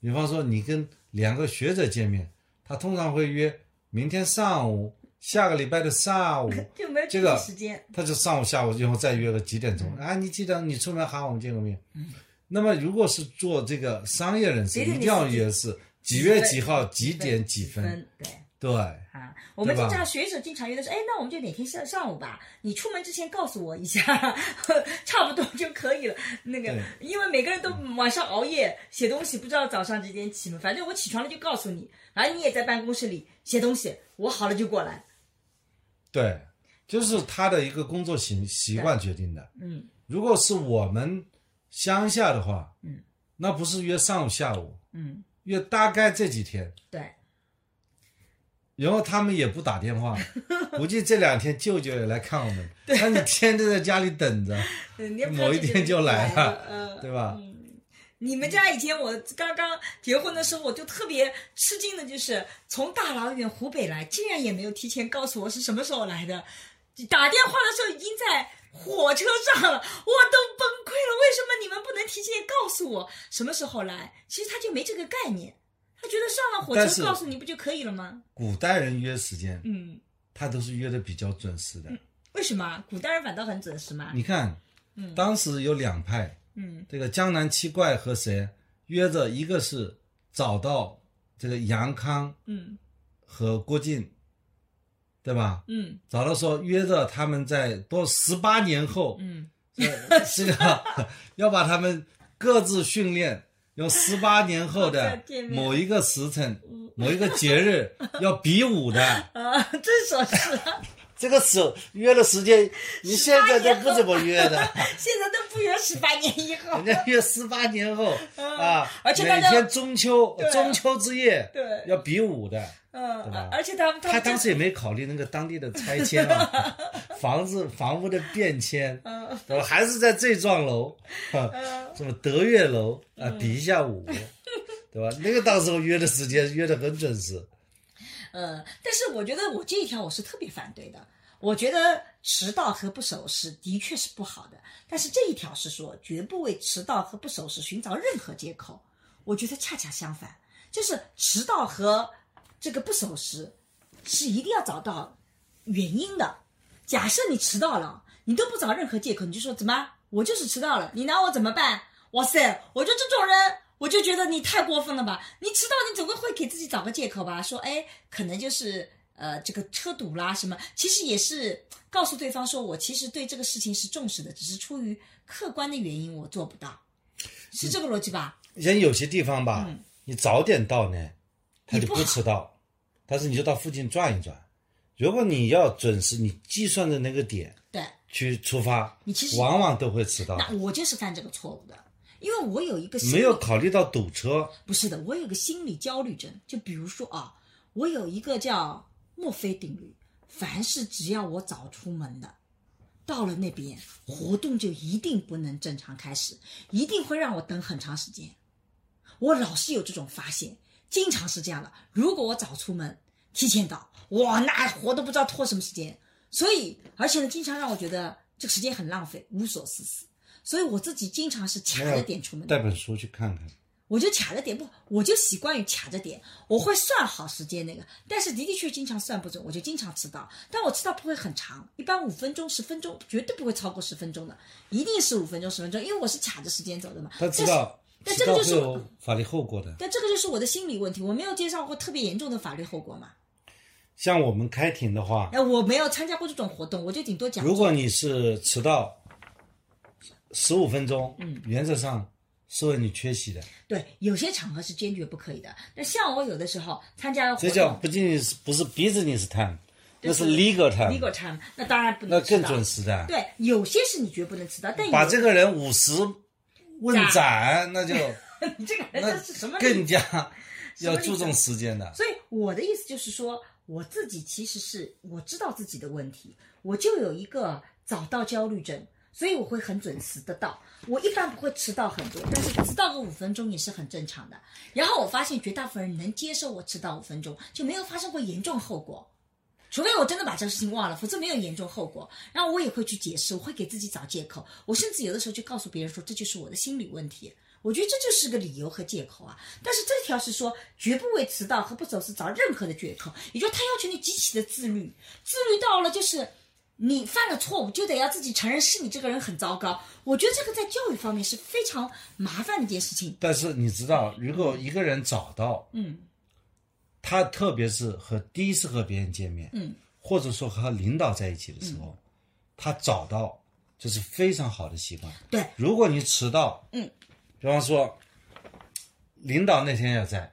比方说，你跟两个学者见面，他通常会约明天上午、下个礼拜的上午 *laughs* 就没有这个具体时间。嗯他就上午、下午，然后再约个几点钟啊？你记得你出门喊我们见个面。那么如果是做这个商业人士，别一的定要你是也是几月分几号几点几分，分对。对。啊，我们对吧经常学者经常约的是，哎，那我们就哪天上上午吧，你出门之前告诉我一下， *laughs* 差不多就可以了。那个对，因为每个人都晚上熬夜写东西，不知道早上几点起嘛，反正我起床了就告诉你，反正你也在办公室里写东西，我好了就过来。对，就是他的一个工作习习惯决定的。嗯，如果是我们乡下的话，嗯，那不是约上午、下午，嗯，约大概这几天，对，然后他们也不打电话，估计这两天舅舅也来看我们，那你天天在家里等着，嗯你也不知道某一这个天就人来了，了，呃对吧？你们家以前我刚刚结婚的时候，我就特别吃惊的，就是从大老远湖北来，竟然也没有提前告诉我是什么时候来的。打电话的时候已经在火车上了，我都崩溃了。为什么你们不能提前告诉我什么时候来？其实他就没这个概念，他觉得上了火但是车告诉你不就可以了吗？古代人约时间，嗯，他都是约的比较准时的。为什么啊？古代人反倒很准时嘛？你看，当时有两派，嗯这个江南七怪和谁约着？一个是找到这个杨康嗯和郭靖，对吧？嗯找到说约着他们在多十八年后，嗯，这个要把他们各自训练，用十八年后再的见面某一个时辰、某一个节日要比 *laughs* 武的。啊，真说是，这个手约的时间，你现在都不怎么约的，现在都不约十八年以后嗯人，家约十八年后啊，而且大每家天中秋对中秋之夜对要比武的。对吧嗯，而且他们他们当就是时也没考虑那个当地的拆迁 *laughs* 啊，房子房屋的变迁，嗯对吧？还是在这幢楼啊，嗯什么德月楼啊，比一下武，对吧？那个当时候约的时间约的很准时，呃，但是我觉得我这一条我是特别反对的。我觉得迟到和不守时的确是不好的，但是这一条是说绝不为迟到和不守时寻找任何借口。我觉得恰恰相反，就是迟到和这个不守时是一定要找到原因的。假设你迟到了，你都不找任何借口，你就说怎么我就是迟到了，你拿我怎么办？哇塞，我就这种人，我就觉得你太过分了吧！你迟到，你总归会给自己找个借口吧，说哎，可能就是呃这个车堵啦什么，其实也是告诉对方说我其实对这个事情是重视的，只是出于客观的原因我做不到，是这个逻辑吧？人有些地方吧，嗯你早点到呢，他就你不不迟到，但是你就到附近转一转。如果你要准时，你计算的那个点对。去出发，你其实往往都会迟到，那我就是犯这个错误的，因为我有一个心理没有考虑到堵车。不是的，我有个心理焦虑症。就比如说啊，我有一个叫墨菲定律，凡是只要我早出门的，到了那边活动就一定不能正常开始，一定会让我等很长时间。我老是有这种发现，经常是这样的。如果我早出门，提前到，哇，那活都不知道拖什么时间。所以，而且呢，经常让我觉得这个时间很浪费，无所事事。所以我自己经常是卡着点出门的。带本书去看看，我就卡着点不，我就习惯于卡着点，我会算好时间那个，但是的的确确经常算不准，我就经常迟到，但我迟到不会很长，一般五分钟、十分钟，绝对不会超过十分钟的，一定是五分钟、十分钟，因为我是卡着时间走的嘛。他知道但是但这迟个到就是会有法律后果的。但这个就是我的心理问题，我没有接受过特别严重的法律后果嘛，像我们开庭的话，哎，我没有参加过这种活动，我就顶多讲，如果你是迟到十五分钟，嗯原则上是为你缺席的。对有些场合是坚决不可以的，那像我有的时候参加活这叫动不仅仅是不是 business time，那就是是 legal ，legal time， time，那当然不能那迟更到，准时的。对，有些是你绝不能迟到，但有把这个人五十问 *laughs* 斩，那就你这个人那这是什么理更加什么要理注重想时间的。所以我的意思就是说，我自己其实是我知道自己的问题，我就有一个早到焦虑症，所以我会很准时的到。我一般不会迟到很多，但是迟到个五分钟也是很正常的。然后我发现绝大部分人能接受我迟到五分钟，就没有发生过严重后果。除非我真的把这个事情忘了，否则没有严重后果。然后我也会去解释，我会给自己找借口。我甚至有的时候就告诉别人说，这就是我的心理问题。我觉得这就是个理由和借口啊。但是这条是说，绝不为迟到和不守时找任何的借口，也就是他要求你极其的自律，自律到了就是你犯了错误就得要自己承认是你这个人很糟糕。我觉得这个在教育方面是非常麻烦的一件事情。但是你知道，如果一个人找到嗯他，特别是和第一次和别人见面，嗯，或者说和领导在一起的时候，他找到这是非常好的习惯。对，如果你迟到，嗯，比方说领导那天要在，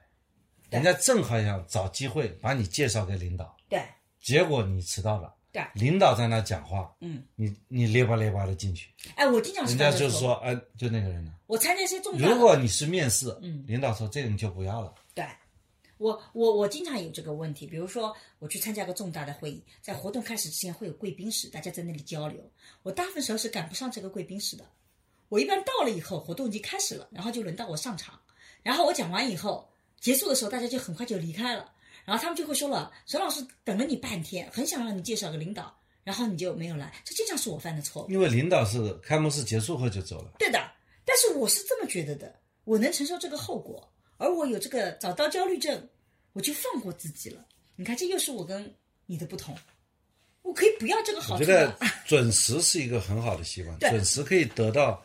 对人家正好想找机会把你介绍给领导，对结果你迟到了，对领导在那讲话，嗯，你你咧吧咧吧的进去，哎，我经常是人这家样的就是做说，哎，就那个人呢。我参加一些重大的如果你是面试，嗯领导说这个你就不要了，对，我我我经常有这个问题，比如说我去参加个重大的会议，在活动开始之前会有贵宾室，大家在那里交流。我大部分时候是赶不上这个贵宾室的，我一般到了以后，活动已经开始了，然后就轮到我上场，然后我讲完以后，结束的时候大家就很快就离开了，然后他们就会说了，沈老师等了你半天，很想让你介绍个领导，然后你就没有来，这经常是我犯的错误。因为领导是开幕式结束后就走了。对的，但是我是这么觉得的，我能承受这个后果，而我有这个早到焦虑症，我就放过自己了。你看，这又是我跟你的不同，我可以不要这个好我处啊觉的。得准时是一个很好的习惯，对准时可以得到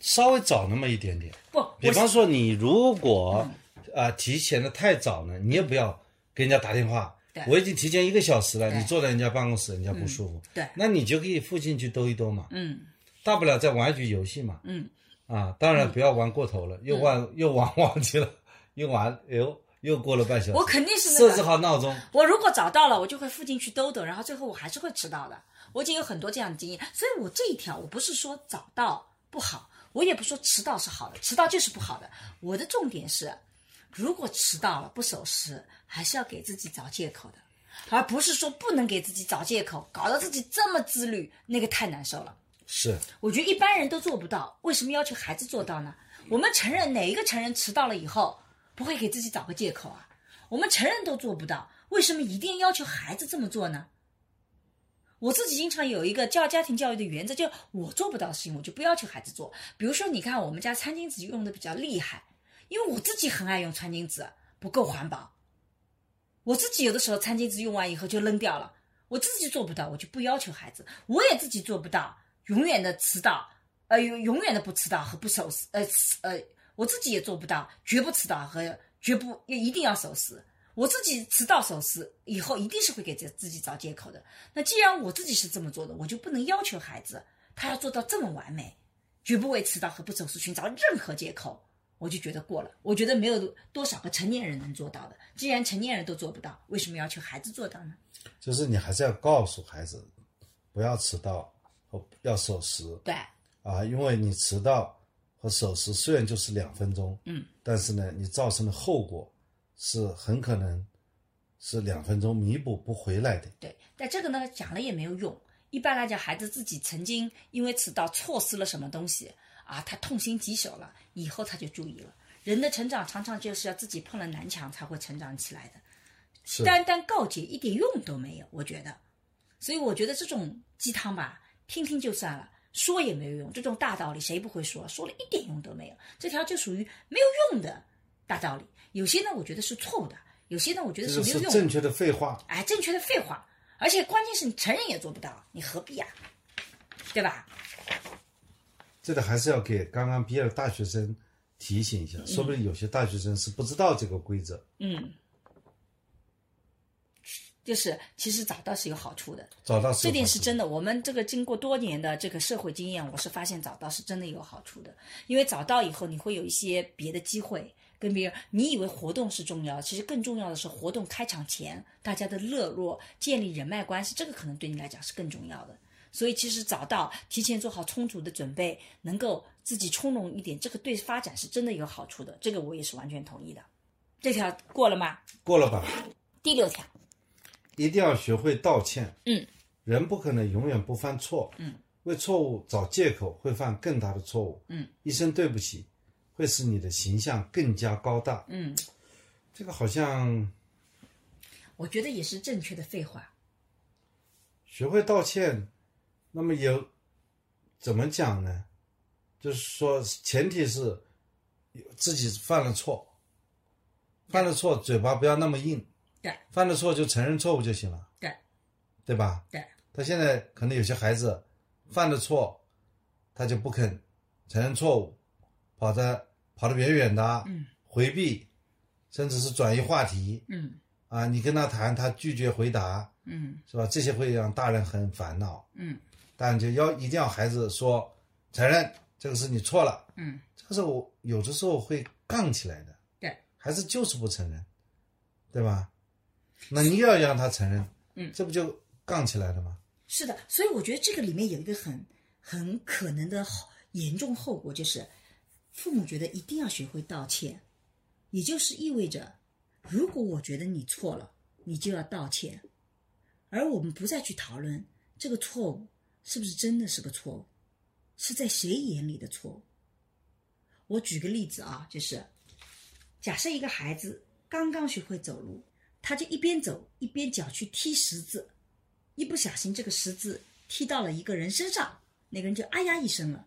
稍微早那么一点点。不，我比是嗯方说，你如果、啊、提前的太早呢，你也不要给人家打电话对。我已经提前一个小时了，对嗯你坐在人家办公室，人家不舒服，对，那你就可以附近去兜一兜嘛，嗯大不了再玩一局游戏嘛。嗯，啊，当然不要玩过头了，又玩又玩忘记了， *laughs* 又玩，哎呦，又过了半小时。我肯定是那设置个。好闹钟，我如果找到了，我就会附近去兜兜，然后最后我还是会迟到的。我已经有很多这样的经验，所以我这一条我不是说早到不好，我也不说迟到是好的，迟到就是不好的。我的重点是，如果迟到了不守时，还是要给自己找借口的，而不是说不能给自己找借口，搞得自己这么自律，那个太难受了。是我觉得一般人都做不到，为什么要求孩子做到呢？我们成人哪一个成人迟到了以后不会给自己找个借口啊？我们成人都做不到，为什么一定要求孩子这么做呢？我自己经常有一个教家庭教育的原则，就我做不到的事情，我就不要求孩子做。比如说，你看我们家餐巾纸用的比较厉害，因为我自己很爱用餐巾纸，不够环保。我自己有的时候餐巾纸用完以后就扔掉了，我自己做不到，我就不要求孩子，我也自己做不到，永远的迟到，呃，永永远的不迟到和不守时，呃迟呃，我自己也做不到，绝不迟到和绝不一定要守时。我自己迟到守时以后，一定是会给自自己找借口的。那既然我自己是这么做的，我就不能要求孩子他要做到这么完美，绝不为迟到和不守时寻找任何借口。我就觉得过了，我觉得没有多少个成年人能做到的。既然成年人都做不到，为什么要求孩子做到呢？就是你还是要告诉孩子，不要迟到，和要守时对，啊，因为你迟到和守时虽然就是两分钟，嗯，但是呢，你造成的后果是很可能是两分钟弥补不回来的。对，但这个呢讲了也没有用。一般来讲，孩子自己曾经因为迟到错失了什么东西啊，他痛心疾首了，以后他就注意了。人的成长常常就是要自己碰了南墙才会成长起来的，是单单告诫一点用都没有，我觉得。所以我觉得这种鸡汤吧，听听就算了，说也没有用。这种大道理谁不会说？说了一点用都没有。这条就属于没有用的大道理。有些呢，我觉得是错误的；有些呢，我觉这得是就没有是用的。正确的废话。哎，正确的废话，而且关键是你成人也做不到，你何必呀、对吧？这个还是要给刚刚毕业的大学生提醒一下，说不定有些大学生是不知道这个规则。嗯，就是其实早到是有好处的，找到适这合点自是己真的。我们这个经过多年的这个社会经验，我是发现早到是真的有好处的，因为早到以后你会有一些别的机会。跟别人，你以为活动是重要，其实更重要的是活动开场前大家的热络，建立人脉关系，这个可能对你来讲是更重要的。所以其实早到，提前做好充足的准备，能够自己从容一点，这个对发展是真的有好处的。这个我也是完全同意的。这条过了吗？过了吧？第六条，一定要学会道歉。嗯，人不可能永远不犯错。嗯，为错误找借口会犯更大的错误。嗯，一声对不起，会使你的形象更加高大。嗯，这个好像我觉得也是正确的废话。学会道歉，那么也怎么讲呢？就是说，前提是自己犯了错，犯了错嘴巴不要那么硬，对，犯了错就承认错误就行了，对，对吧？对。他现在可能有些孩子犯了错，他就不肯承认错误，跑得跑得远远的，嗯，回避，甚至是转移话题嗯啊。你跟他谈，他拒绝回答，嗯是吧？这些会让大人很烦恼，嗯但就要一定要孩子说承认这个是你错了，嗯，这个时候有的时候会杠起来的，对，孩子就是不承认，对吧？那你又要让他承认，嗯这不就杠起来了吗？是的，所以我觉得这个里面有一个很很可能的后严重后果，就是父母觉得一定要学会道歉，也就是意味着，如果我觉得你错了，你就要道歉，而我们不再去讨论这个错误是不是真的是个错误，是在谁眼里的错误。我举个例子啊，就是假设一个孩子刚刚学会走路，他就一边走一边脚去踢石子，一不小心这个石子踢到了一个人身上，那个人就哎呀一声了。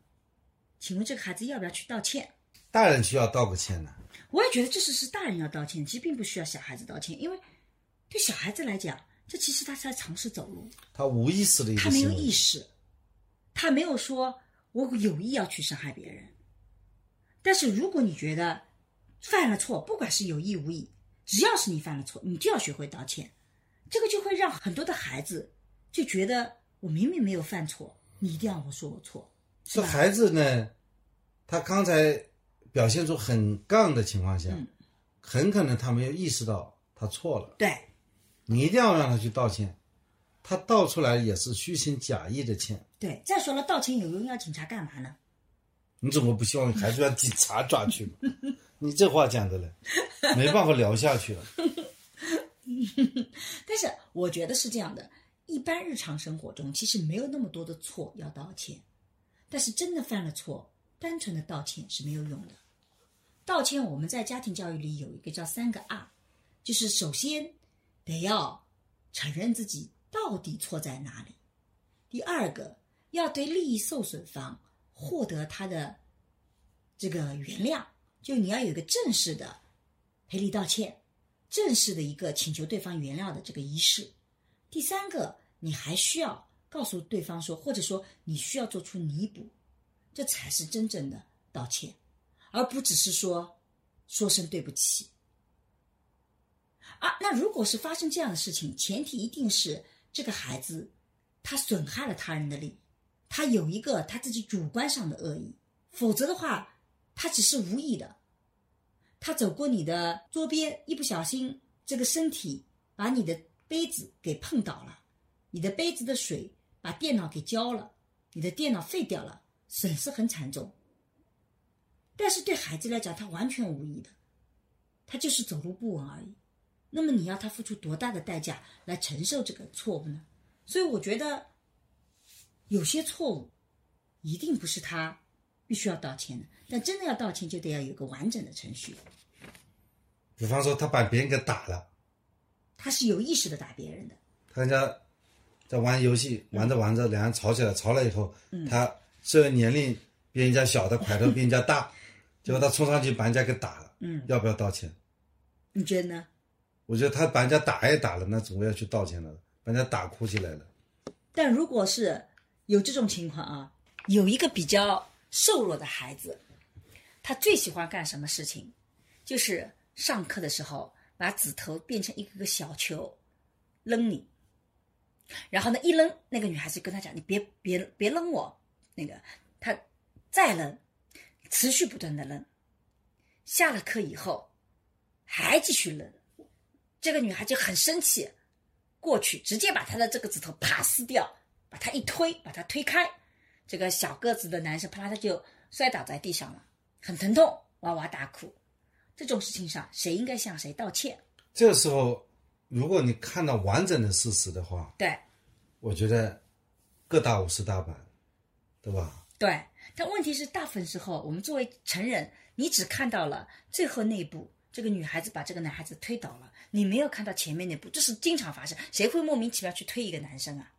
请问这个孩子要不要去道歉？大人需要道个歉呢、我也觉得这是是大人要道歉，其实并不需要小孩子道歉，因为对小孩子来讲，这其实他是在尝试走路，他无意识的一个他没行有为，意识，他没有说我有意要去伤害别人。但是如果你觉得犯了错，不管是有意无意，只要是你犯了错，你就要学会道歉。这个就会让很多的孩子就觉得我明明没有犯错，你一定要我说我错，是这吧？孩子呢，他刚才表现出很杠的情况下，嗯很可能他没有意识到他错了。对，你一定要让他去道歉，他道出来也是虚情假意的歉。对，再说了，道歉有用，要警察干嘛呢？你怎么不希望孩子让警察抓去吗？ *laughs* 你这话讲的嘞，没办法聊下去了。但是我觉得是这样的，一般日常生活中其实没有那么多的错要道歉，但是真的犯了错，单纯的道歉是没有用的。道歉我们在家庭教育里有一个叫三个 R，就是首先得要承认自己到底错在哪里，第二个要对利益受损方获得他的这个原谅，就你要有一个正式的赔礼道歉，正式的一个请求对方原谅的这个仪式。第三个，你还需要告诉对方说，或者说你需要做出弥补，这才是真正的道歉，而不只是说说声对不起。啊，那如果是发生这样的事情，前提一定是这个孩子他损害了他人的利益，他有一个他自己主观上的恶意，否则的话，他只是无意的，他走过你的桌边，一不小心这个身体把你的杯子给碰倒了，你的杯子的水把电脑给浇了，你的电脑废掉了，损失很惨重。但是对孩子来讲，他完全无意的，他就是走路不稳而已。那么你要他付出多大的代价来承受这个错误呢？所以我觉得，有些错误一定不是他必须要道歉的，但真的要道歉，就得要有一个完整的程序。比方说，他把别人给打了，他是有意识的打别人的，他人家在玩游戏，玩着玩着，两人吵起来，吵了以后，他虽然年龄比人家小，他块头比人家大，结果他冲上去把人家给打了，嗯，要不要道歉？你觉得呢？我觉得他把人家打也打了，那总归要去道歉了，把人家打哭起来了。但如果是有这种情况啊，有一个比较瘦弱的孩子，他最喜欢干什么事情？就是上课的时候把指头变成一个个小球扔你，然后呢一扔，那个女孩子跟他讲：“你别别别扔我。”那个他再扔，持续不断的扔，下了课以后还继续扔，这个女孩就很生气，过去，直接把他的这个指头啪撕掉，把他一推，把他推开。这个小个子的男生啪啦，他就摔倒在地上了，很疼痛，哇哇大哭。这种事情上，谁应该向谁道歉？这个时候，如果你看到完整的事实的话，对我觉得各打五十大板，对吧？对，但问题是，大部分时候我们作为成人，你只看到了最后那一步，这个女孩子把这个男孩子推倒了，你没有看到前面那步，这是经常发生。谁会莫名其妙去推一个男生啊？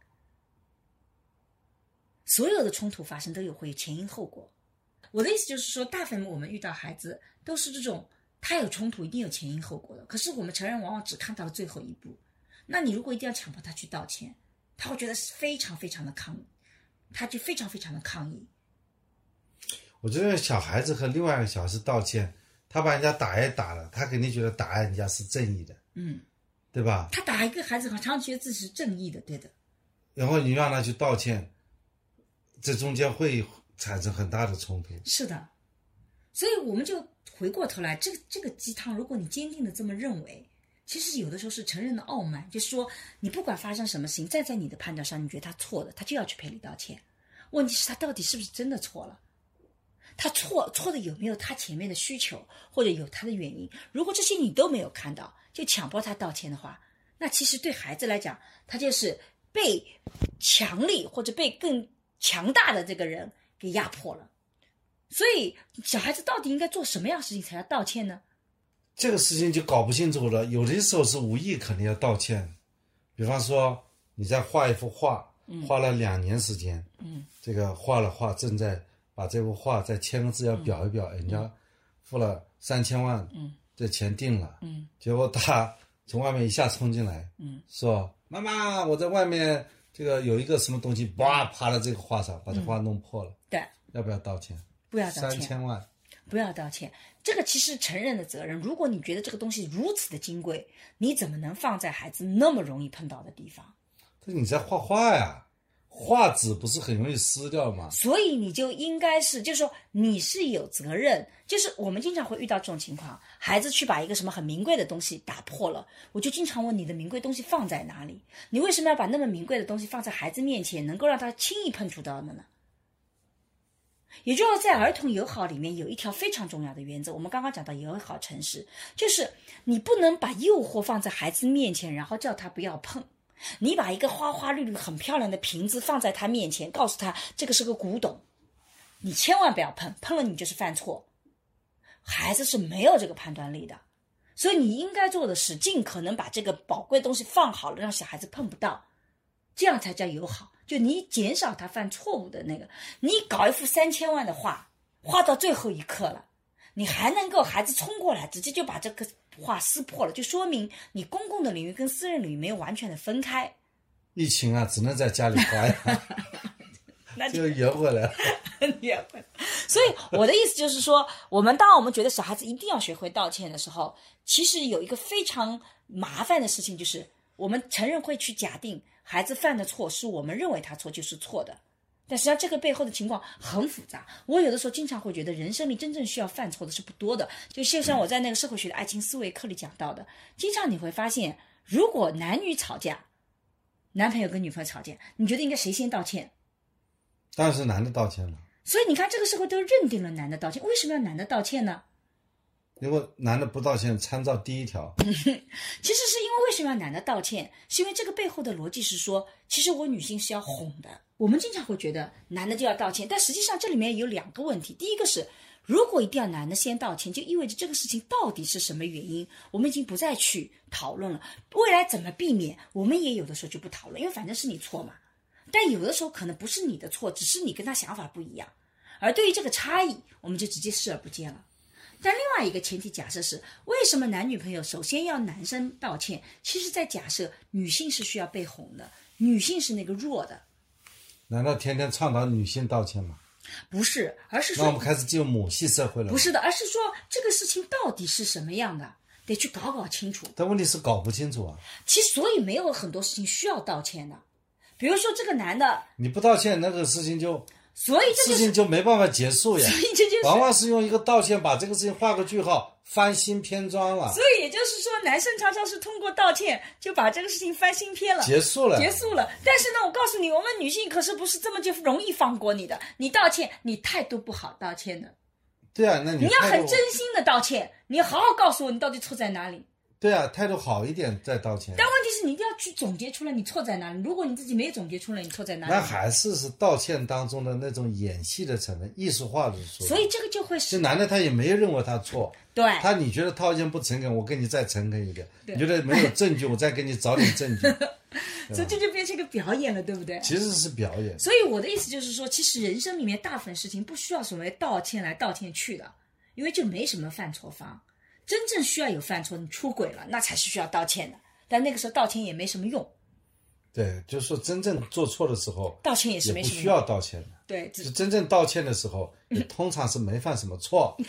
所有的冲突发生都有会有前因后果。我的意思就是说，大部分我们遇到孩子都是这种，他有冲突一定有前因后果的。可是我们成人往往只看到了最后一步。那你如果一定要强迫他去道歉，他会觉得是非常非常的抗议，他就非常非常的抗议。我觉得小孩子和另外一个小孩子道歉，他把人家打也打了，他肯定觉得打人家是正义的，嗯，对吧？他打一个孩子，好像觉得自己是正义的，对的，然后你让他去道歉，这中间会产生很大的冲突。是的。所以我们就回过头来，这个这个鸡汤，如果你坚定的这么认为，其实有的时候是成人的傲慢，就是说你不管发生什么事情，站在你的判断上，你觉得他错的，他就要去赔礼道歉。问题是，他到底是不是真的错了？他错错的有没有他前面的需求，或者有他的原因？如果这些你都没有看到，就强迫他道歉的话，那其实对孩子来讲，他就是被强力或者被更强大的这个人给压迫了。所以，小孩子到底应该做什么样的事情才要道歉呢？这个事情就搞不清楚了。有的时候是无意，肯定要道歉。比方说，你在画一幅画，画了两年时间，嗯，这个画了画，正在把这幅画再签个字，要裱一裱，人家付了三千万，嗯，这钱定了，嗯，结果他 *laughs* 从外面一下冲进来，嗯，说妈妈，我在外面这个有一个什么东西，叭趴到这个画上，把这画弄破了，对，嗯要不要道歉？不要道三歉，千万，不要道歉。这个其实成人的责任。如果你觉得这个东西如此的金贵，你怎么能放在孩子那么容易碰到的地方？但是你在画画呀，画纸不是很容易撕掉吗？所以你就应该是，就是说你是有责任，就是我们经常会遇到这种情况，孩子去把一个什么很名贵的东西打破了，我就经常问你的名贵东西放在哪里？你为什么要把那么名贵的东西放在孩子面前，能够让他轻易碰触到的呢？也就是在儿童友好里面有一条非常重要的原则，我们刚刚讲到友好城市，就是你不能把诱惑放在孩子面前，然后叫他不要碰。你把一个花花绿绿、很漂亮的瓶子放在他面前，告诉他这个是个古董，你千万不要碰，碰了你就是犯错。孩子是没有这个判断力的，所以你应该做的是尽可能把这个宝贵的东西放好了，让小孩子碰不到，这样才叫友好。就你减少他犯错误的那个，你搞一幅三千万的画，画到最后一刻了，你还能够孩子冲过来，直接就把这个画撕破了，就说明你公共的领域跟私人领域没有完全的分开。疫情啊，只能在家里 *laughs* 画呀，那就 *laughs* 就圆回来了。 *laughs* 也会。所以我的意思就是说，我们当我们觉得小孩子一定要学会道歉的时候，其实有一个非常麻烦的事情，就是我们成人会去假定孩子犯的错是我们认为他错就是错的，但实际上这个背后的情况很复杂。我有的时候经常会觉得，人生里真正需要犯错的是不多的。就就像我在那个社会学的爱情思维课里讲到的，经常你会发现，如果男女吵架，男朋友跟女朋友吵架，你觉得应该谁先道歉？当然是男的道歉了，所以你看，这个社会都认定了男的道歉，为什么要男的道歉呢？如果男的不道歉，参照第一条，其实是因为为什么要男的道歉？是因为这个背后的逻辑是说，其实我女性是要哄的。我们经常会觉得男的就要道歉，但实际上这里面有两个问题。第一个是，如果一定要男的先道歉，就意味着这个事情到底是什么原因，我们已经不再去讨论了。未来怎么避免，我们也有的时候就不讨论，因为反正是你错嘛。但有的时候可能不是你的错，只是你跟他想法不一样。而对于这个差异，我们就直接视而不见了。但另外一个前提假设是，为什么男女朋友首先要男生道歉？其实，在假设女性是需要被哄的，女性是那个弱的，难道天天倡导女性道歉吗？不是，而是那我们说开始进入母系社会了。不，是的，而是说这个事情到底是什么样的，得去搞搞清楚。但问题是搞不清楚啊！其实，所以没有很多事情需要道歉的，比如说这个男的，你不道歉，那个事情就所以这事就是，情就没办法结束呀。所以这就是，往往是用一个道歉把这个事情画个句号，翻新篇章了所，以也就是说，男生常常是通过道歉就把这个事情翻新篇了。结 *laughs* 束了，结束了。但是呢，我告诉你，我们女性可是不是这么就容易放过你的。你道歉，你态度不好，道歉的，对啊，那你你要态很度真心的道歉，你好好告诉我你到底错在哪里。对啊，态度好一点再道歉。但问题是你一定要去总结出来你错在哪里。如果你自己没有总结出来你错在哪那里，还是是道歉当中的那种演戏的成分，艺术化的说。所以，这个就会这是男的他也没认为他错，对。他你觉得道歉不诚恳，我跟你再诚恳一点；对你觉得没有证据，我再给你找点证据。所以这就变成一个表演了，对不对？其实是表演，所以我的意思就是说，其实人生里面大部分事情不需要所谓道歉来道歉去的，因为就没什么犯错方。真正需要有犯错，你出轨了，那才是需要道歉的。但那个时候道歉也没什么用，对，就是说真正做错的时候，道歉也是也没不什么需用。要道歉的。对，只就真正道歉的时候，也通常是没犯什么错。听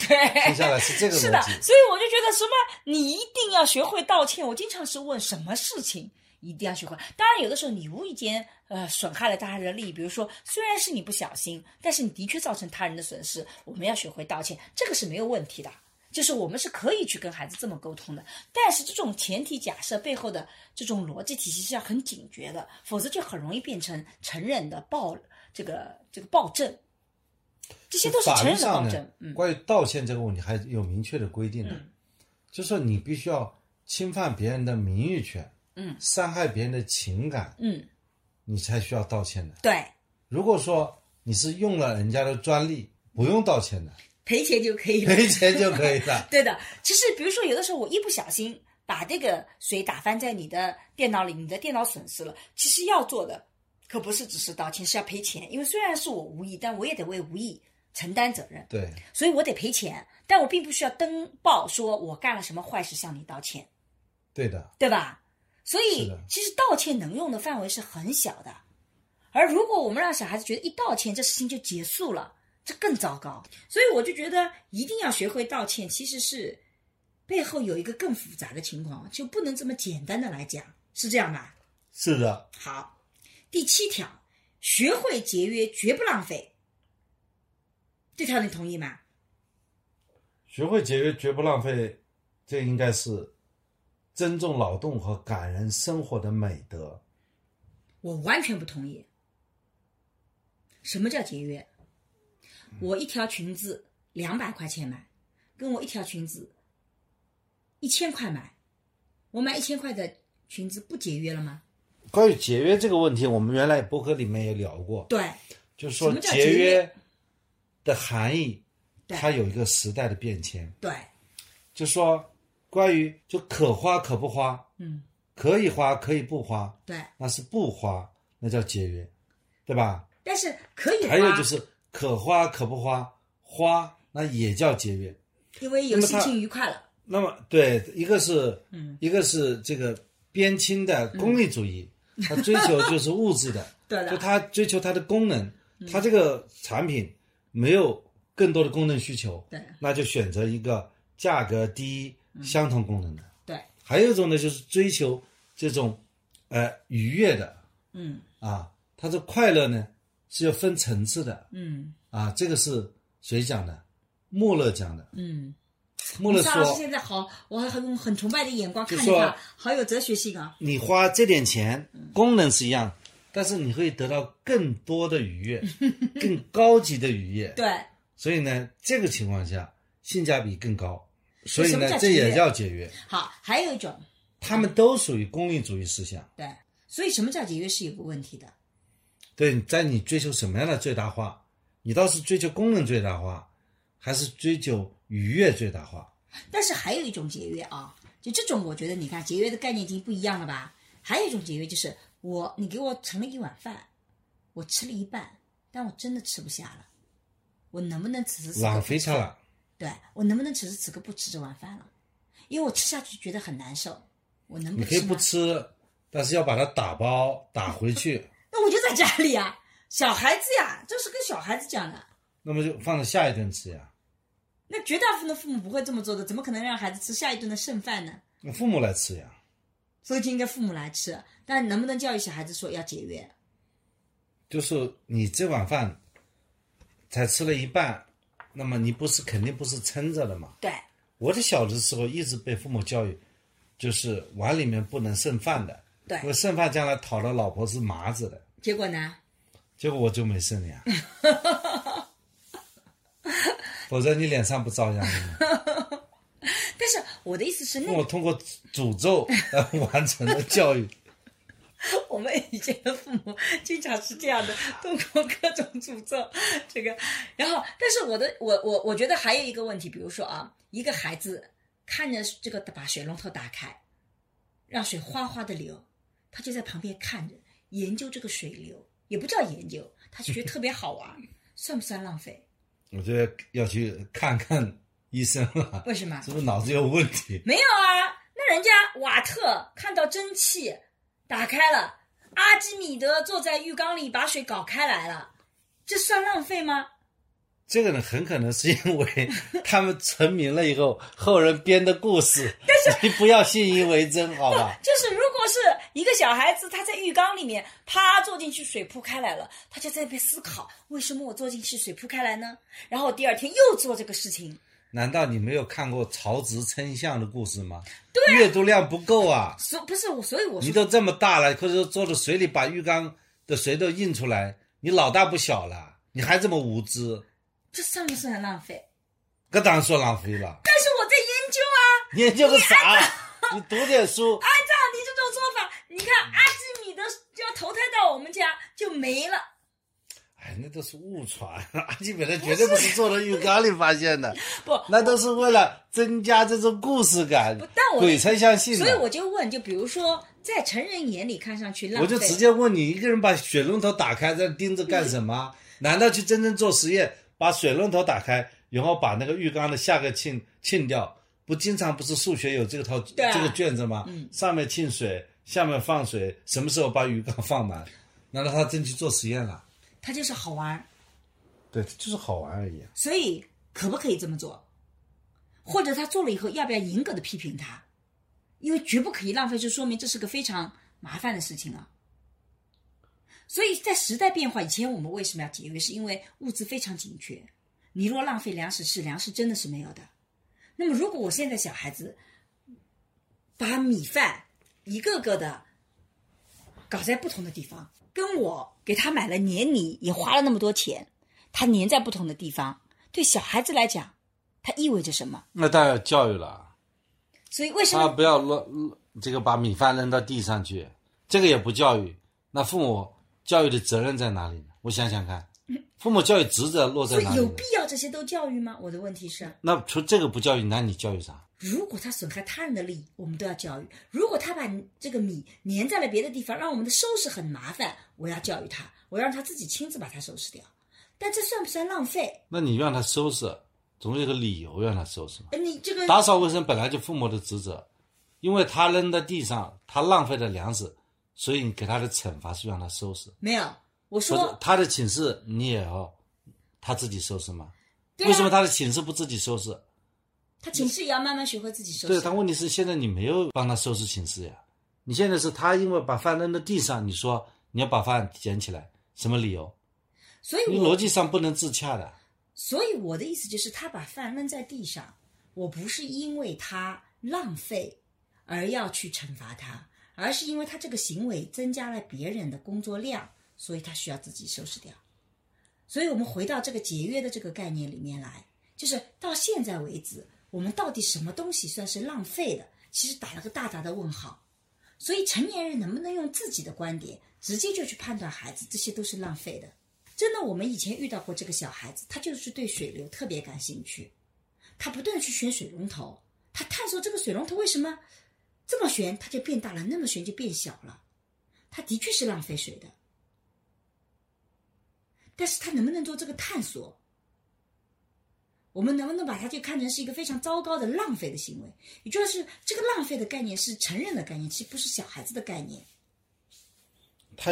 下对，来是这个是的逻，辑，所以我就觉得什么，你一定要学会道歉。我经常是问什么事情一定要学会。当然，有的时候你无意间呃损害了他人的利益，比如说虽然是你不小心，但是你的确造成他人的损失，我们要学会道歉，这个是没有问题的。就是我们是可以去跟孩子这么沟通的，但是这种前提假设背后的这种逻辑体系是要很警觉的，否则就很容易变成成人的暴这个这个暴政，这些都是法成律人的暴上政呢。，嗯，关于道歉这个问题还有明确的规定的，就说你必须要侵犯别人的名誉权，嗯伤害别人的情感，嗯，你才需要道歉的。对，如果说你是用了人家的专利，不用道歉 *laughs* 的，赔钱就可以了。。赔钱就可以了对的，其实比如说有的时候我一不小心把这个水打翻在你的电脑里，你的电脑损失了，其实要做的可不是只是道歉，是要赔钱，因为虽然是我无意，但我也得为无意承担责任，对，所以我得赔钱，但我并不需要登报说我干了什么坏事向你道歉，对的，对吧？所是以的其实道歉能用的范围是很小的，而如果我们让小孩子觉得一道歉这事情就结束了，这更糟糕。所以我就觉得一定要学会道歉，其实是背后有一个更复杂的情况，就不能这么简单的来讲，是这样吧？是的，好，第七条，学会节约，绝不浪费。这条你同意吗？学会节约，绝不浪费，这应该是尊重劳动和感人生活的美德。我完全不同意。什么叫节约？我一条裙子两百块钱买，跟我一条裙子一千块买，我买一千块的裙子不节约了吗？关于节约这个问题，我们原来博客里面也聊过，对，就是说什么叫节节约约的含义，对它有一个时代的变迁。对，就说关于就可花可不花，嗯，可以花可以不花，对。那是不花，那叫节约，对吧？但是可以花，还有就是可花可不花，花那也叫节约。因为有那么心它情愉快了，那么对，一个是，嗯一个是这个边亲的功利主义，嗯他追求就是物 *laughs* 质的，对就的，他追求它的功能，嗯他这个产品没有更多的功能需求，对那就选择一个价格低、相同功能的。嗯对，还有一种呢，就是追求这种呃愉悦的嗯啊，它的快乐呢是要分层次的嗯啊，这个是谁讲的？穆勒讲的。嗯。穆勒沙老师说，现在好，我还用很崇拜的眼光看就着说他，好有哲学性啊。你花这点钱，功能是一样，但是你会得到更多的愉悦，更高级的愉悦。对，所以呢，这个情况下性价比更高，所以什么呢叫，这节约也叫节约。好，还有一种，他们都属于功利主义思想。对，所以什么叫节约是有个问题的，对，在你追求什么样的最大化？你倒是追求功能最大化，还是追求愉悦最大化？但是还有一种节约啊，就这种我觉得你看节约的概念已经不一样了吧？还有一种节约就是我你给我盛了一碗饭，我吃了一半，但我真的吃不下了，我能不能此时此刻浪费它了。对我能不能此时此刻不吃这碗饭了？因为我吃下去觉得很难受，我能你不可以吃不吗？吃，但是要把它打包打回去，那我就在家里啊，小孩子呀，这是跟小孩子讲的。那么就放到下一顿吃呀。那绝大部分的父母不会这么做的，怎么可能让孩子吃下一顿的剩饭呢？那父母来吃呀。所以就应该父母来吃。但能不能教育小孩子说要节约？就是你这碗饭才吃了一半，那么你不是肯定不是撑着的嘛？对，我的小的时候一直被父母教育，就是碗里面不能剩饭的，对因为剩饭将来讨了老婆是麻子的。结果呢？结果我就没剩呀，否则你脸上不遭殃吗？但是我的意思是，那我通过诅咒来完成了教育，我们以前的父母经常是这样 *laughs* 的，通过各种诅咒，这个，然后，但是我的，我我我觉得还有一个问题，比如说啊，一个孩子看着这个把水龙头打开，让水哗哗的流，他就在旁边看着，研究这个水流，也不叫研究，他就觉得特别好 *laughs* 玩，算不算浪费？我觉得要去看看医生了，为什么？是不是脑子有问题？没有啊，那人家瓦特看到蒸汽打开了，阿基米德坐在浴缸里把水搞开来了，这算浪费吗？这个呢，很可能是因为他们成名了以后，后人编的 *laughs* 故事，你不要信以为真，好吧？就是如果是一个小孩子，他在浴缸里面啪坐进去，水扑开来了，他就在那边思考，为什么我坐进去水扑开来呢？然后第二天又做这个事情，难道你没有看过曹植称象的故事吗？对、阅读量不够啊！所不是我，所以我你说都这么大了，或者说坐到水里把浴缸的水都印出来，你老大不小了，你还这么无知，这算不算浪费？这当然说浪费了。但是我在研究啊，你研究个啥？你读点书，按照你这种做法，你看阿基米德就要投胎到我们家就没了。哎，那都是误传。阿基米德绝对不是坐到浴缸里发现的，不，那都是为了增加这种故事感不但，我鬼才相信的。所以我就问，就比如说，在成人眼里看上去浪我费，就直接问你，一个人把水龙头打开，在那盯着干什么？难道去真正做实验，把水龙头打开，然后把那个浴缸的下个浸浸掉？不，经常不是数学有这套、对啊这个卷子吗？上面浸水，下面放水，什么时候把鱼缸放满？难道他真去做实验了？他就是好玩儿，对，就是好玩而已。所以可不可以这么做？或者他做了以后，要不要严格的批评他？因为绝不可以浪费，就说明这是个非常麻烦的事情啊。所以在时代变化以前，我们为什么要节约？是因为物资非常紧缺。你若浪费粮食，是粮食真的是没有的。那么，如果我现在小孩子把米饭一个个的搞在不同的地方，跟我给他买了黏泥，也花了那么多钱，他粘在不同的地方，对小孩子来讲，它意味着什么？那当然要教育了，啊所以为什他么不要乱这个把米饭扔到地上去，这个也不教育。那父母教育的责任在哪里呢？我想想看，父母教育职责落在所以哪里有呢必？要这些都教育吗？我的问题是，那除这个不教育，那你教育啥？如果他损害他人的利益，我们都要教育；如果他把这个米粘在了别的地方，让我们的收拾很麻烦，我要教育他，我要让他自己亲自把它收拾掉。但这算不算浪费？那你让他收拾，总有个理由让他收拾嘛。呃你这个打扫卫生本来就父母的职责，因为他扔在地上，他浪费了粮食，所以你给他的惩罚是让他收拾。没有，我不是说他的寝室你也要他自己收拾吗？对啊为什么他的寝室不自己收拾？他寝室也要慢慢学会自己收对拾。他问题是现在你没有帮他收拾寝室呀，你现在是他因为把饭扔到地上，你说你要把饭捡起来，什么理由？所以你我逻辑上不能自洽的。所以我的意思就是，他把饭扔在地上，我不是因为他浪费而要去惩罚他，而是因为他这个行为增加了别人的工作量，所以他需要自己收拾掉。所以我们回到这个节约的这个概念里面来，就是到现在为止，我们到底什么东西算是浪费的？其实打了个大大的问号。所以成年人能不能用自己的观点直接就去判断孩子这些都是浪费的？真的，我们以前遇到过这个小孩子，他就是对水流特别感兴趣，他不断地去选水龙头，他探索这个水龙头为什么这么旋它就变大了，那么旋就变小了，他的确是浪费水的。但是他能不能做这个探索？我们能不能把它就看成是一个非常糟糕的浪费的行为？也就是这个浪费的概念是成人的概念，其实不是小孩子的概念。他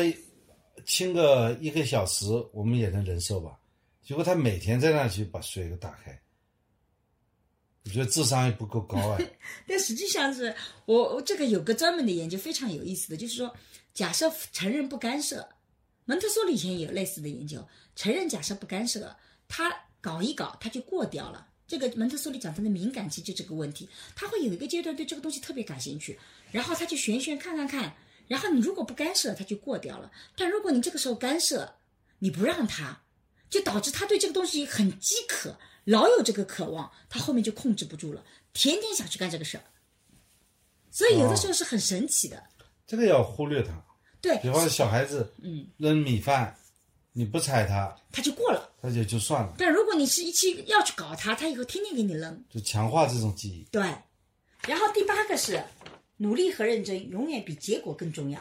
清个一个小时，我们也能忍受吧？结果他每天在那去把水给打开，我觉得智商也不够高 *laughs* 哎。但实际上是我我这个有个专门的研究，非常有意思的，就是说，假设成人不干涉，蒙特梭利以前也有类似的研究，成人假设不干涉，他搞一搞他就过掉了。这个蒙特梭利讲他的敏感期就这个问题，他会有一个阶段对这个东西特别感兴趣，然后他就选选看看看，然后你如果不干涉，他就过掉了。但如果你这个时候干涉，你不让他，就导致他对这个东西很饥渴，老有这个渴望，他后面就控制不住了，天天想去干这个事儿。所以有的时候是很神奇的，这个要忽略它。对，哦比方说小孩子，嗯，扔米饭，你不踩它，他就过了。它也就算了，但如果你是一去要去搞他，他以后天天给你扔，就强化这种记忆。对。然后第八个是，努力和认真永远比结果更重要。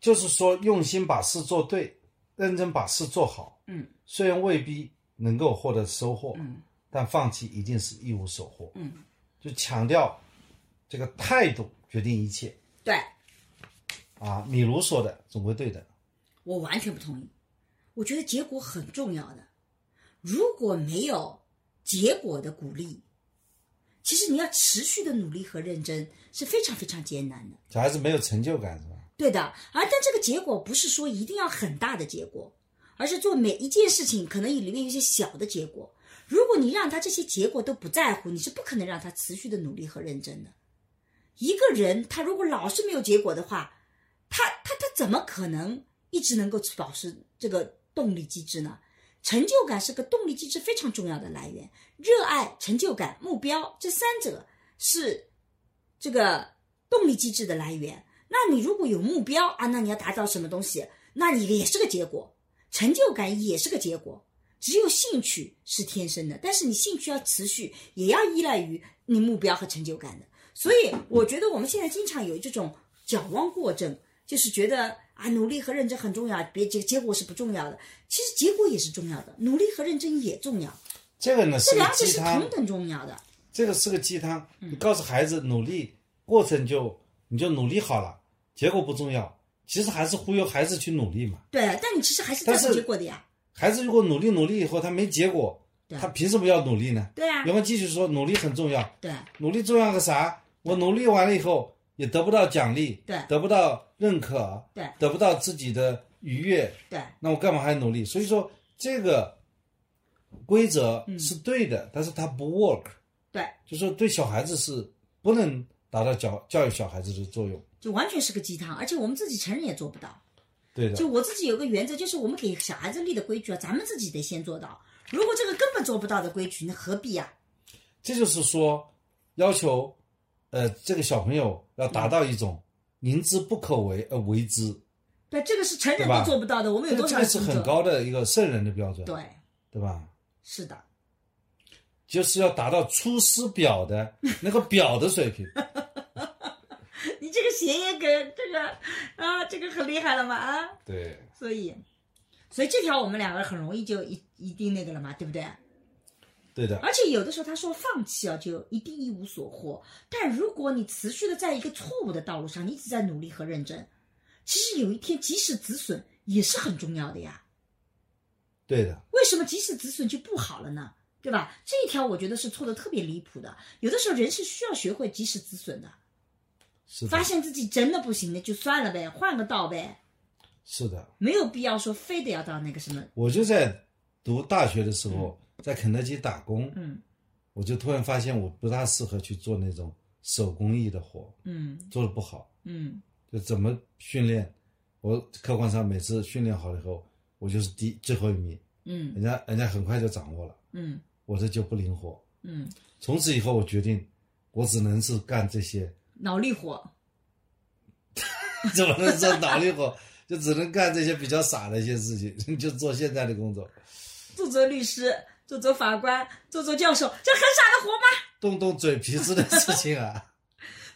就是说，用心把事做对，认真把事做好。嗯，虽然未必能够获得收获，嗯，但放弃一定是一无所获。嗯，就强调这个态度决定一切对啊。米卢说的总归对的。我完全不同意，我觉得结果很重要的。如果没有结果的鼓励，其实你要持续的努力和认真是非常非常艰难的。小孩子没有成就感是吧？对的，而但这个结果不是说一定要很大的结果，而是做每一件事情可能里面有一些小的结果。如果你让他这些结果都不在乎，你是不可能让他持续的努力和认真的。一个人他如果老是没有结果的话，他他他怎么可能一直能够保持这个动力机制呢？成就感是个动力机制非常重要的来源，热爱、成就感、目标这三者是这个动力机制的来源。那你如果有目标啊，那你要达到什么东西，那你也是个结果，成就感也是个结果。只有兴趣是天生的，但是你兴趣要持续，也要依赖于你目标和成就感的。所以我觉得我们现在经常有这种矫枉过正，就是觉得啊，努力和认真很重要，别结结果是不重要的。其实结果也是重要的，努力和认真也重要，这个呢这是个两者鸡是汤同，等嗯重要的。这个是个鸡汤。你告诉孩子努力过程就你就努力好了，结果不重要，其实还是忽悠孩子去努力嘛。对，但你其实还是在但乎是结果的呀。孩子如果努力努力以后他没结果，对他凭什么要努力呢？对啊，员工继续说努力很重要，对啊努力重要个啥？我努力完了以后也得不到奖励，对得不到认可，对得不到自己的愉悦，对啊那我干嘛还努力？所以说这个规则是对的，但是它不 work，嗯对，就说对小孩子是不能达到教教育小孩子的作用，就完全是个鸡汤，而且我们自己成人也做不到。对的就，我自己有个原则，就是我们给小孩子立的规矩啊，咱们自己得先做到。如果这个根本做不到的规矩，那何必啊呀、这就是说要求，呃，这个小朋友要达到一嗯种明知不可为而为之，对，这个是成人对吧都做不到的，我们有这个多少这个人是做很不到？高的一个圣人的标准，对，对吧？是的，就是要达到出师表 *laughs* 的那个表的水平。你这个谐音梗，这个啊，这个很厉害了嘛啊，对，所以，所以这条我们两个很容易就一一定那个了嘛，对不对？对的，而且有的时候他说放弃啊，就一定一无所获。但如果你持续的在一个错误的道路上，你一直在努力和认真，其实有一天及时止损也是很重要的呀。对的，为什么及时止损就不好了呢？对吧？这一条我觉得是错的特别离谱的。有的时候人是需要学会及时止损的，是的发，现自己真的不行了就算了呗，换个道呗，是的。没有必要说非得要到那个什么。我就在读大学的时候，在肯德基打工，嗯我就突然发现我不大适合去做那种手工艺的活，嗯做的不好。嗯就怎么训练，我客观上每次训练好了以后，我就是第最后一名，嗯人家人家很快就掌握了，嗯我这就不灵活。嗯，从此以后，我决定，我只能是干这些。脑力活。 *laughs* 怎么能说脑力活？就只能干这些比较傻的一些事情， *laughs* 就做现在的工作，做做律师，做做法官，做做教授，这很傻的活吗？动动嘴皮子的事情啊。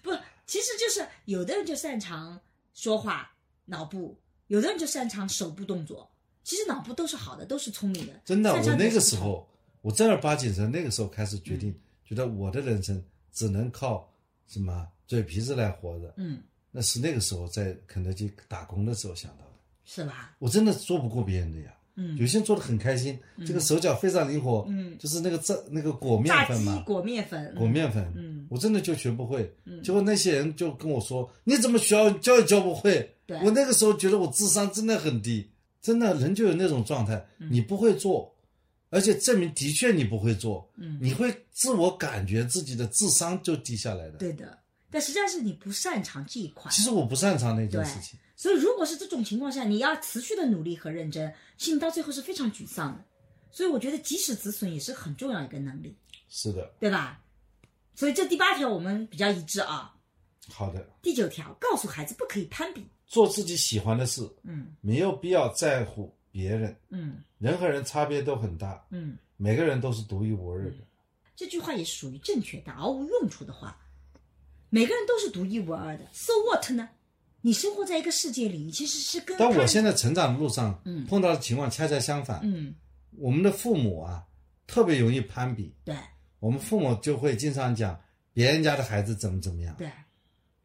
不，其实就是有的人就擅长说话脑部，有的人就擅长手部动作。其实脑部都是好的，都是聪明的。*laughs* 真的，擅长我那个时就是嗯候，我正儿八经从那个时候开始决定，觉得我的人生只能靠什么嘴皮子来活着。嗯，那是那个时候在肯德基打工的时候想到的。是吧？我真的做不过别人的呀。嗯有些人做的很开心，这个手脚非常灵活，嗯就是那个这那个裹面炸粉鸡嘛，裹面粉，裹面粉，嗯我真的就学不会。嗯结果那些人就跟我说：“你怎么教教也教不会？”对我那个时候觉得我智商真的很低，真的人就有那种状态，嗯你不会做，而且证明的确你不会做，嗯你会自我感觉自己的智商就低下来的。对的。但实际上是你不擅长这一块，其实我不擅长那件事情，所以如果是这种情况下，你要持续的努力和认真，其实你到最后是非常沮丧的。所以我觉得及时止损也是很重要一个能力。是的，对吧？所以这第八条我们比较一致啊。好的，第九条，告诉孩子不可以攀比。做自己喜欢的事，嗯没有必要在乎别人，嗯人和人差别都很大，嗯，每个人都是独一无二的。这句话也属于正确的，毫无用处的话。每个人都是独一无二的，so what 呢？你生活在一个世界里，你其实是跟但我他现在成长的路上，嗯碰到的情况恰恰相反。嗯我们的父母啊，特别容易攀比，对我们父母就会经常讲别人家的孩子怎么怎么样，对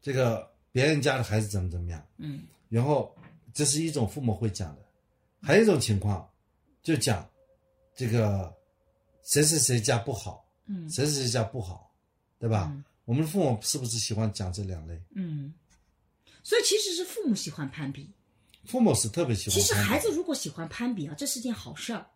这个别人家的孩子怎么怎么样，嗯然后这是一种父母会讲的，还有一种情况就讲这个谁谁谁家不好，嗯谁谁谁家不好，对吧？嗯我们的父母是不是喜欢讲这两类？嗯，所以其实是父母喜欢攀比，父母是特别喜欢其攀比。实孩子如果喜欢攀比啊，这是件好事儿，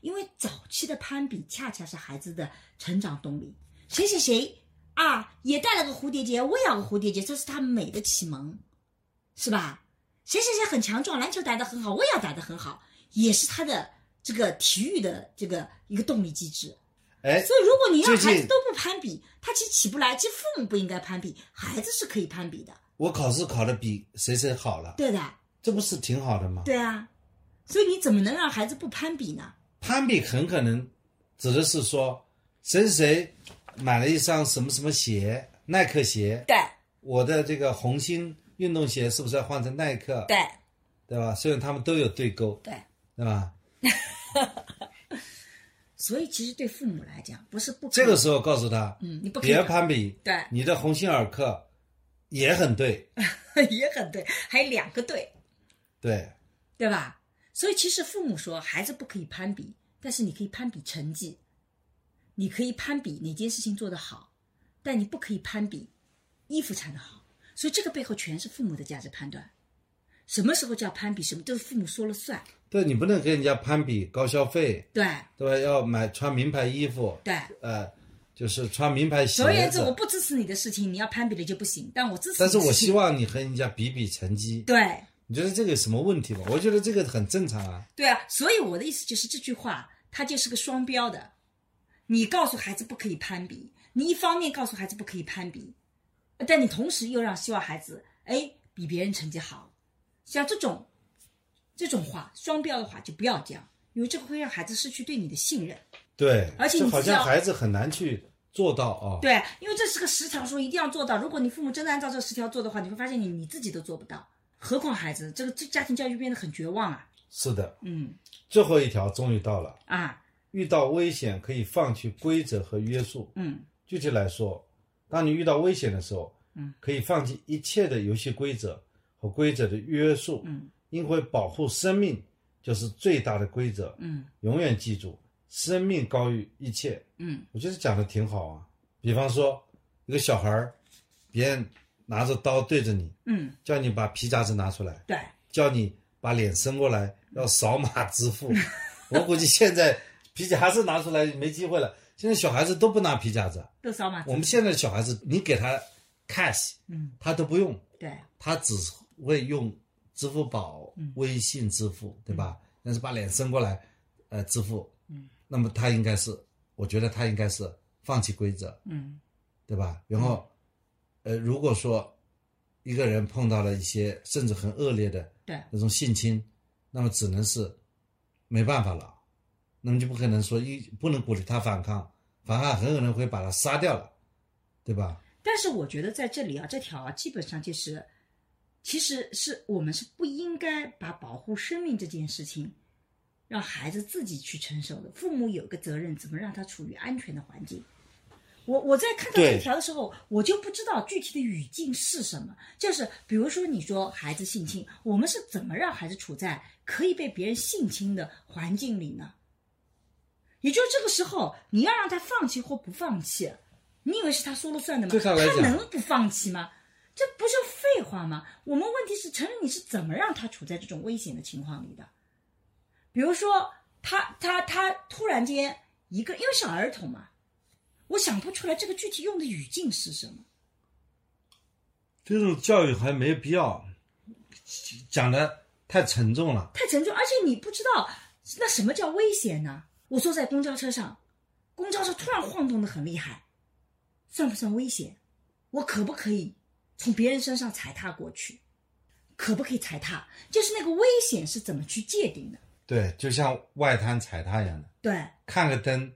因为早期的攀比恰恰是孩子的成长动力。谁谁谁啊，也戴了个蝴蝶结，我也要个蝴蝶结，这是他美的启蒙，是吧？谁谁谁很强壮，篮球打得很好，我也要打得很好，也是他的这个体育的这个一个动力机制。哎，所以，如果你让最近孩子都不攀比，他其实起不来。其实父母不应该攀比，孩子是可以攀比的，我考试考的比谁谁好了，对的，这不是挺好的吗？对啊。所以你怎么能让孩子不攀比呢？攀比很可能指的是说谁谁谁买了一双什么什么鞋，耐克鞋，对我的这个红星运动鞋是不是要换成耐克？对。对吧？虽然他们都有对勾，对，对吧？所以其实对父母来讲，不是不可以这个时候告诉他，嗯，你不可以别攀比，对 *laughs* 你的鸿星尔克也很对，也很对，还有两个对，对，对吧？所以其实父母说孩子不可以攀比，但是你可以攀比成绩，你可以攀比哪件事情做得好，但你不可以攀比衣服穿得好。所以这个背后全是父母的价值判断，什么时候叫攀比，什么都是父母说了算。对你不能跟人家攀比高消费，对对吧？要买穿名牌衣服，对。呃，就是穿名牌鞋总而言之，子我。不支持你的事情，你要攀比了就不行。但我支持你但的事是情。我希望你和人家比比成绩，对你觉得这个有什么问题吗？我觉得这个很正常啊。对啊，所以我的意思就是这句话，它就是个双标的。你告诉孩子不可以攀比，你一方面告诉孩子不可以攀比，但你同时又让希望孩子哎比别人成绩好，像这种这种话双标的话就不要讲，因为这个会让孩子失去对你的信任。对，而且这你好知道像孩子很难去做到啊。对，因为这是个十条说一定要做到，如果你父母真的按照这十条做的话，你会发现你你自己都做不到，何况孩子，这个这家庭教育变得很绝望啊。是的，嗯最后一条终于到了，啊遇到危险可以放弃规则和约束。嗯具体来说，当你遇到危险的时候，嗯，可以放弃一切的游戏规则和规则的约束，嗯因为保护生命就是最大的规则。嗯永远记住，生命高于一切。嗯我觉得讲的挺好啊。比方说，一个小孩儿，别人拿着刀对着你，嗯，叫你把皮夹子拿出来，对。叫你把脸伸过来，要扫码支付。我估计现在皮夹子拿出来没机会了。现在小孩子都不拿皮夹子，都扫码支付。我们现在的小孩子，你给他 cash，嗯，他都不用，对他只会用支付宝、嗯微信支付，对吧？但是把脸伸过来，呃，支付，嗯，那么他应该是，我觉得他应该是放弃规则，嗯对吧？然后，呃，如果说一个人碰到了一些甚至很恶劣的对那种性侵，那么只能是没办法了，那么就不可能说一不能鼓励他反抗，反抗很可能会把他杀掉了，对吧？但是我觉得在这里啊，这条啊，基本上就是，其实是我们是不应该把保护生命这件事情，让孩子自己去承受的。父母有个责任，怎么让他处于安全的环境。我我在看到对这条的时候，我就不知道具体的语境是什么。就是比如说，你说孩子性侵，我们是怎么让孩子处在可以被别人性侵的环境里呢？也就是这个时候，你要让他放弃或不放弃，你以为是他说了算的吗？对他来讲能不放弃吗？这不是废话吗？我们问题是，成人你是怎么让他处在这种危险的情况里的？比如说，他他他突然间一个，因为是儿童嘛，我想不出来这个具体用的语境是什么。这种教育还没必要讲的太沉重了。太沉重，而且你不知道那什么叫危险呢？我坐在公交车上，公交车突然晃动的很厉害，算不算危险？我可不可以从别人身上踩踏过去？可不可以踩踏？就是那个危险是怎么去界定的？对，就像外滩踩踏一样的，对看个灯，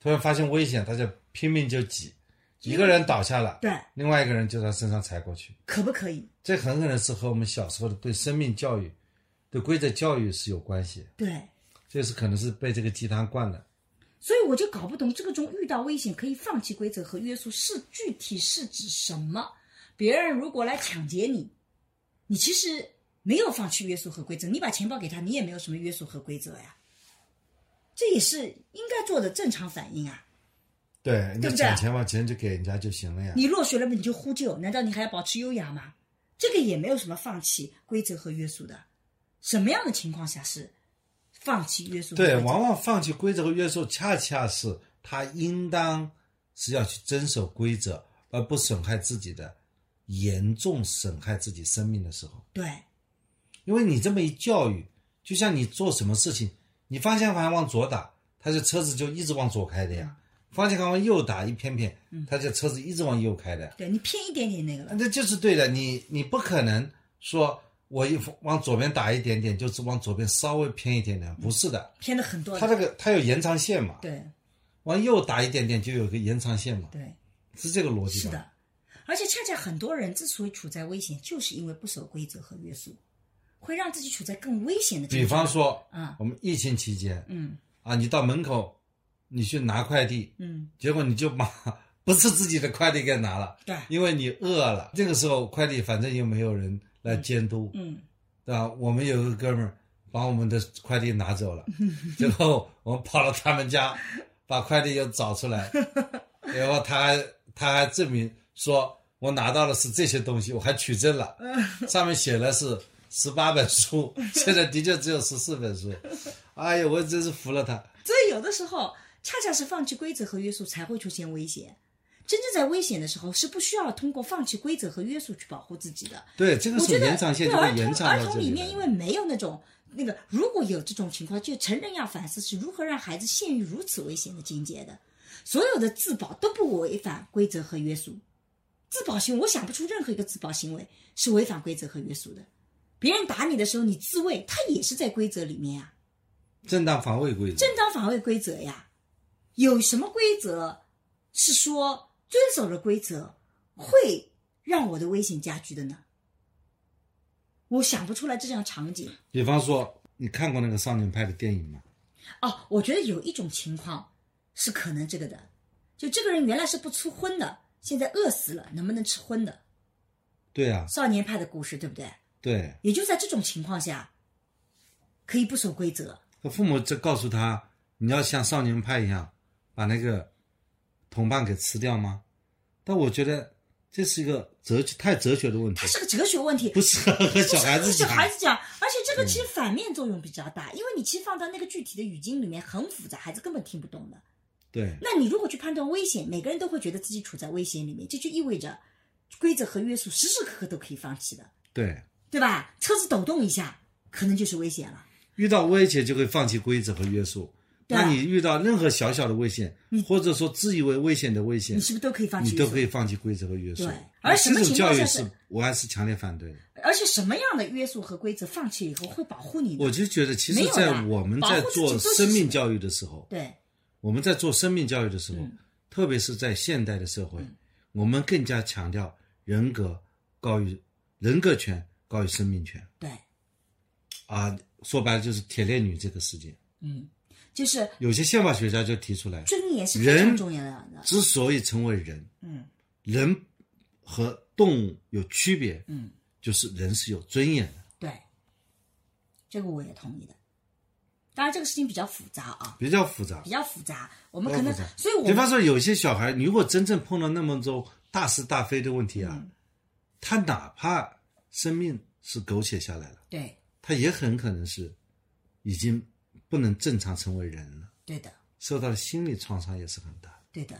突然发现危险，他就拼命就挤，一个人倒下了，对，另外一个人就在身上踩过去。可不可以？这很可能是和我们小时候的对生命教育、对规则教育是有关系。对，这是可能是被这个鸡汤灌的。所以我就搞不懂这个中遇到危险可以放弃规则和约束是具体是指什么？别人如果来抢劫你，你其实没有放弃约束和规则，你把钱包给他，你也没有什么约束和规则呀，这也是应该做的正常反应啊。对，人家对不对捡钱把钱就给人家就行了呀。你落水了嘛，你就呼救，难道你还要保持优雅吗？这个也没有什么放弃规则和约束的。什么样的情况下是放弃约束和规对，则？往往放弃规则和约束，恰恰是他应当是要去遵守规则，而不损害自己的，严重损害自己生命的时候。对因为你这么一教育，就像你做什么事情，你方向盘往左打，他这车子就一直往左开的嗯呀；方向盘往右打一偏偏，他这车子一直往右开的呀。对，你偏一点点那个嗯了，那就是对的，你你不可能说我一往左边打一点点，就是往左边稍微偏一点点，不是的。偏的很多的。它这个它有延长线嘛，嗯对往右打一点点就有个延长线嘛，对。是这个逻辑是吧？的，而且恰恰很多人之所以处在危险，就是因为不守规则和约束，会让自己处在更危险的情比况。方，说，啊，我们疫情期间嗯啊，你到门口，你去拿快递，嗯，结果你就把 *laughs* 不是自己的快递给拿了，对，因为你饿了。这个时候快递反正又没有人来监督，嗯对吧？我们有个哥们儿把我们的快递拿 *laughs* 走了，最后我们跑到他们家，把快递又找出来，然后他还他还证明说我拿到的是这些东西，我还取证 *laughs* 了，上面写了是十八本书， *laughs* 现在的确只有十四本书，哎呀，我真是服了他。所以有的时候恰恰是放弃规则和约束才会出现危险。真正在危险的时候，是不需要通过放弃规则和约束去保护自己的。对，这个我是觉得延长线，对就儿会童延长儿到童这里里来面，因为没有那种那个，如果有这种情况，就成人要反思是如何让孩子陷于如此危险的境界的。所有的自保都不违反规则和约束，自保行为我想不出任何一个自保行为是违反规则和约束的。别人打你的时候，你自卫，它也是在规则里面啊，正当防卫规则。正当防卫规则呀。有什么规则是说遵守了规则会让我的危险加剧的呢？我想不出来这样场景。比方说，你看过那个少年派的电影吗？哦，我觉得有一种情况是可能这个的，就这个人原来是不吃荤的，现在饿死了，能不能吃荤的？对啊，少年派的故事，对不对？对，也就在这种情况下，可以不守规则。他父母就告诉他，你要像少年派一样，把那个同伴给吃掉吗？但我觉得这是一个哲学太哲学的问题它，是个哲学问题，不适合和小孩子嗯小讲。孩子讲，而且这个其实反面作用比较大，因为你其实放到那个具体的语境里面很复杂，孩子根本听不懂的。对，那你如果去判断危险，每个人都会觉得自己处在危险里面，这就意味着规则和约束时时刻刻都可以放弃的，对，对吧？车子抖动一下，可能就是危险了。遇到威胁就会放弃规则和约束。对啊嗯那你遇到任何小小的危险，或者说自以为危险的危险你，是不是都可以放弃你约都束？可以放弃规则和约束对。而什么这种情教况育下是是，我还是强烈反对的。而且什么样的约束和规则放弃以后会保护你呢？我就觉得，其没实，有在的我们保在护自己做都是生命教育的时候，对我们在做生命教育的时候，嗯特别是在现代的社会，嗯我们更加强调人格高于人格权高于生命权对，啊。说白了就是铁链女这个事件，嗯，就是有些宪法学家就提出来，尊严是非常人重要的。之所以成为人，嗯人和动物有区别，嗯，就是人是有尊严的。对，这个我也同意的。当然，这个事情比较复杂啊，比较复杂比，较复杂。我比们较可能复杂，。所以我比方们说，有些小孩，你如果真正碰到那么多大是大非的问题嗯啊，他哪怕生命是苟且下来了，对他也很可能是已经不能正常成为人了，对的受到的心理创伤也是很大的。对的。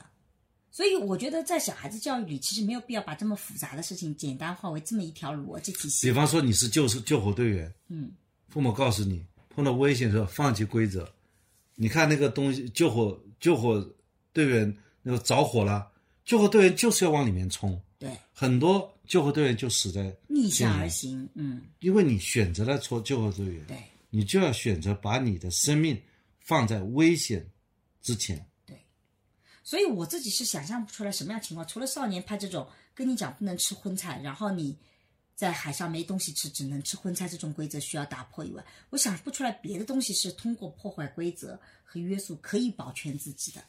所以我觉得，在小孩子教育里，其实没有必要把这么复杂的事情简单化为这么一条逻辑体比系。方说，你是救救火队员，嗯，父母告诉你碰到危险的时候放弃规则，你看那个东西救火救火队员那个着火了，救火队员就是要往里面冲，对，很多救火队员就死在逆向嗯而行。嗯，因为你选择了做救火队员，对你就要选择把你的生命放在危险之前。所以我自己是想象不出来什么样情况，除了少年派这种跟你讲不能吃荤菜，然后你在海上没东西吃，只能吃荤菜这种规则需要打破以外，我想不出来别的东西是通过破坏规则和约束可以保全自己的。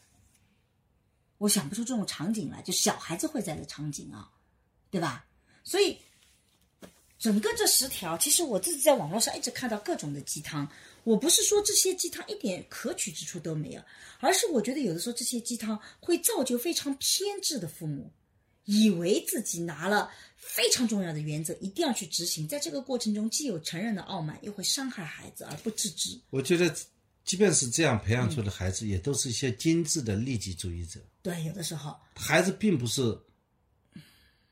我想不出这种场景来，就小孩子会在的场景啊，对吧？所以整个这十条，其实我自己在网络上一直看到各种的鸡汤。我不是说这些鸡汤一点可取之处都没有，而是我觉得有的时候这些鸡汤会造就非常偏执的父母，以为自己拿了非常重要的原则一定要去执行，在这个过程中既有成人的傲慢，又会伤害孩子而不自知。我觉得，即便是这样培养出的孩子，也都是一些精致的利己主义者。对，有的时候，孩子并不是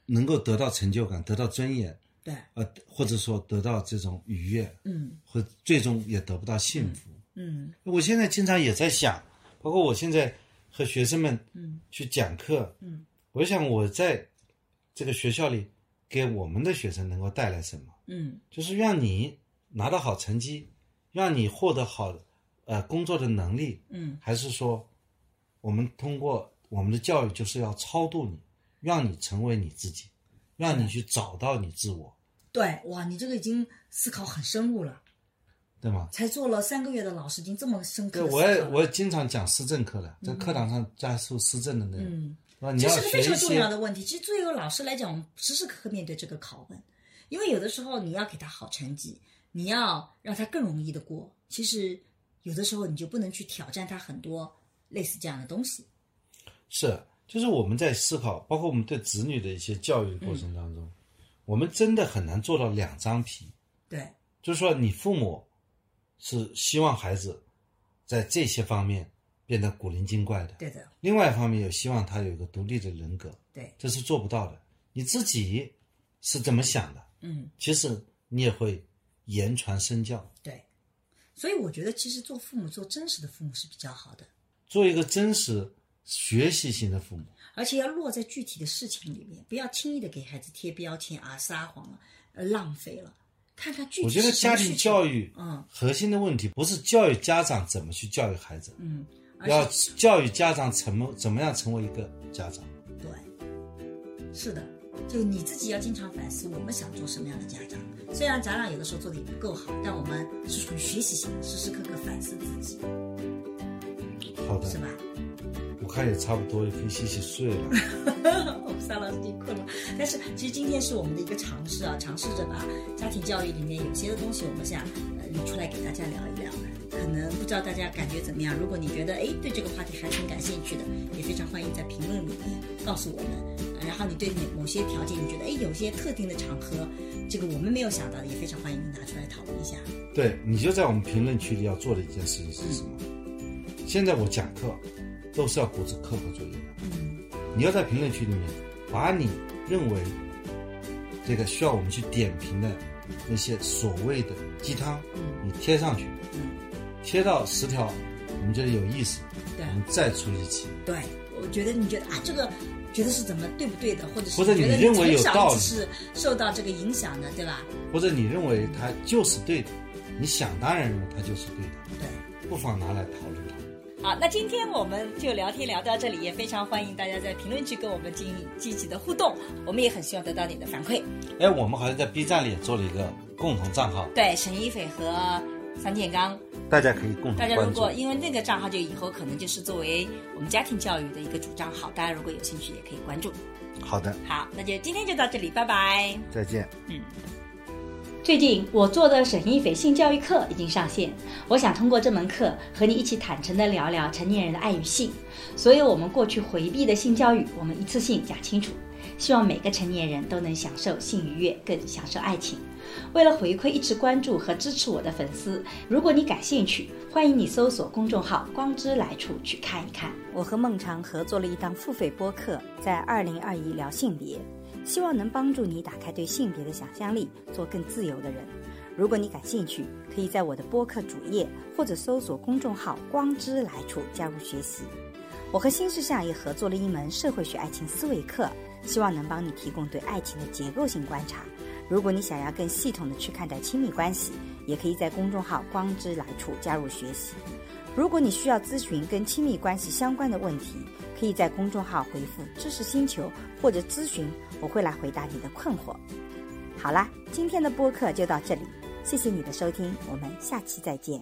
能够得到成就感、得到尊严，对，呃，或者说得到这种愉悦，嗯和最终也得不到幸福。嗯我现在经常也在想，包括我现在和学生们嗯去讲课，嗯，我想我在这个学校里给我们的学生能够带来什么，嗯就是让你拿到好成绩，让你获得好呃工作的能力，嗯还是说，我们通过我们的教育就是要超度你，让你成为你自己，让你去找到你自我，对，哇，你这个已经思考很深入了，对吗？才做了三个月的老师，已经这么深刻对，的我也我也经常讲思政课的，在课堂上加速思政的内容，嗯。对吧？你这要是个学非一常重要些，的问题。其实作为一个老师来讲，我们时时刻刻面对这个拷问，因为有的时候你要给他好成绩，你要让他更容易的过。其实有的时候你就不能去挑战他很多类似这样的东西。是，就是我们在思考，包括我们对子女的一些教育的过程当中，嗯我们真的很难做到两张皮。对，就是说，你父母是希望孩子在这些方面变得古灵精怪的，对的，另外一方面又希望他有一个独立的人格，对，这是做不到的。你自己是怎么想的，嗯，其实你也会言传身教。对。所以我觉得，其实做父母做真实的父母是比较好的，做一个真实学习型的父母。而且要落在具体的事情里面，不要轻易的给孩子贴标签啊，撒谎了，呃，浪费了。看他具体我觉得是什么家庭需求教，育嗯核心的问题不是教育家长怎么去教育孩子，嗯，而要且教育家长怎么怎么样成为一个家长。对，是的，就你自己要经常反思，我们想做什么样的家长。虽然咱俩有的时候做的也不够好，但我们是属于学习型的，时时刻刻反思自己，好是的，吧？我看也差不多，也可以洗洗睡了。 *laughs* 我们三老师已经困了，但是其实今天是我们的一个尝试啊，尝试着把家庭教育里面有些的东西，我们想呃理出来给大家聊一聊。可能不知道大家感觉怎么样？如果你觉得哎对这个话题还挺感兴趣的，也非常欢迎在评论里面告诉我们。呃然后你对某某些条件，你觉得哎有些特定的场合，这个我们没有想到的，也非常欢迎你拿出来讨论一下。对你就在我们评论区里要做的一件事情是什么？现在我讲课都是要布置课后作业的，嗯，你要在评论区里面把你认为这个需要我们去点评的那些所谓的鸡汤，你贴上去，贴到十条，我们觉得有意思，对我们再出一期。对，我觉得你觉得啊，这个觉得是怎么对不对的，或者是或者你觉得认为从有小道一理直是受到这个影响的，对吧？或者你认为它就是对的，你想当然认为它就是对的，对。不妨拿来讨论讨论。好，那今天我们就聊天聊到这里，也非常欢迎大家在评论区跟我们进行积极的互动，我们也很希望得到你的反馈。哎，我们好像在 B 站里也做了一个共同账号，对，沈一斐和三建刚，大家可以共大家如同关注果。因为那个账号就以后可能就是作为我们家庭教育的一个主账号，大家如果有兴趣也可以关注。好的，好，那就今天就到这里，拜拜。再见。最近我做的沈一斐性教育课已经上线，我想通过这门课和你一起坦诚地聊聊成年人的爱与性，所有我们过去回避的性教育，我们一次性讲清楚。希望每个成年人都能享受性愉悦，更享受爱情。为了回馈一直关注和支持我的粉丝，如果你感兴趣，欢迎你搜索公众号“光之来处”去看一看。我和孟尝合作了一档付费播客，在二零二一聊性别，希望能帮助你打开对性别的想象力，做更自由的人。如果你感兴趣，可以在我的播客主页或者搜索公众号“光之来处”加入学习。我和新世相也合作了一门社会学爱情思维课，希望能帮你提供对爱情的结构性观察。如果你想要更系统的去看待亲密关系，也可以在公众号“光之来处”加入学习。如果你需要咨询跟亲密关系相关的问题，可以在公众号回复“知识星球”或者咨询，我会来回答你的困惑。好啦，今天的播客就到这里，谢谢你的收听，我们下期再见。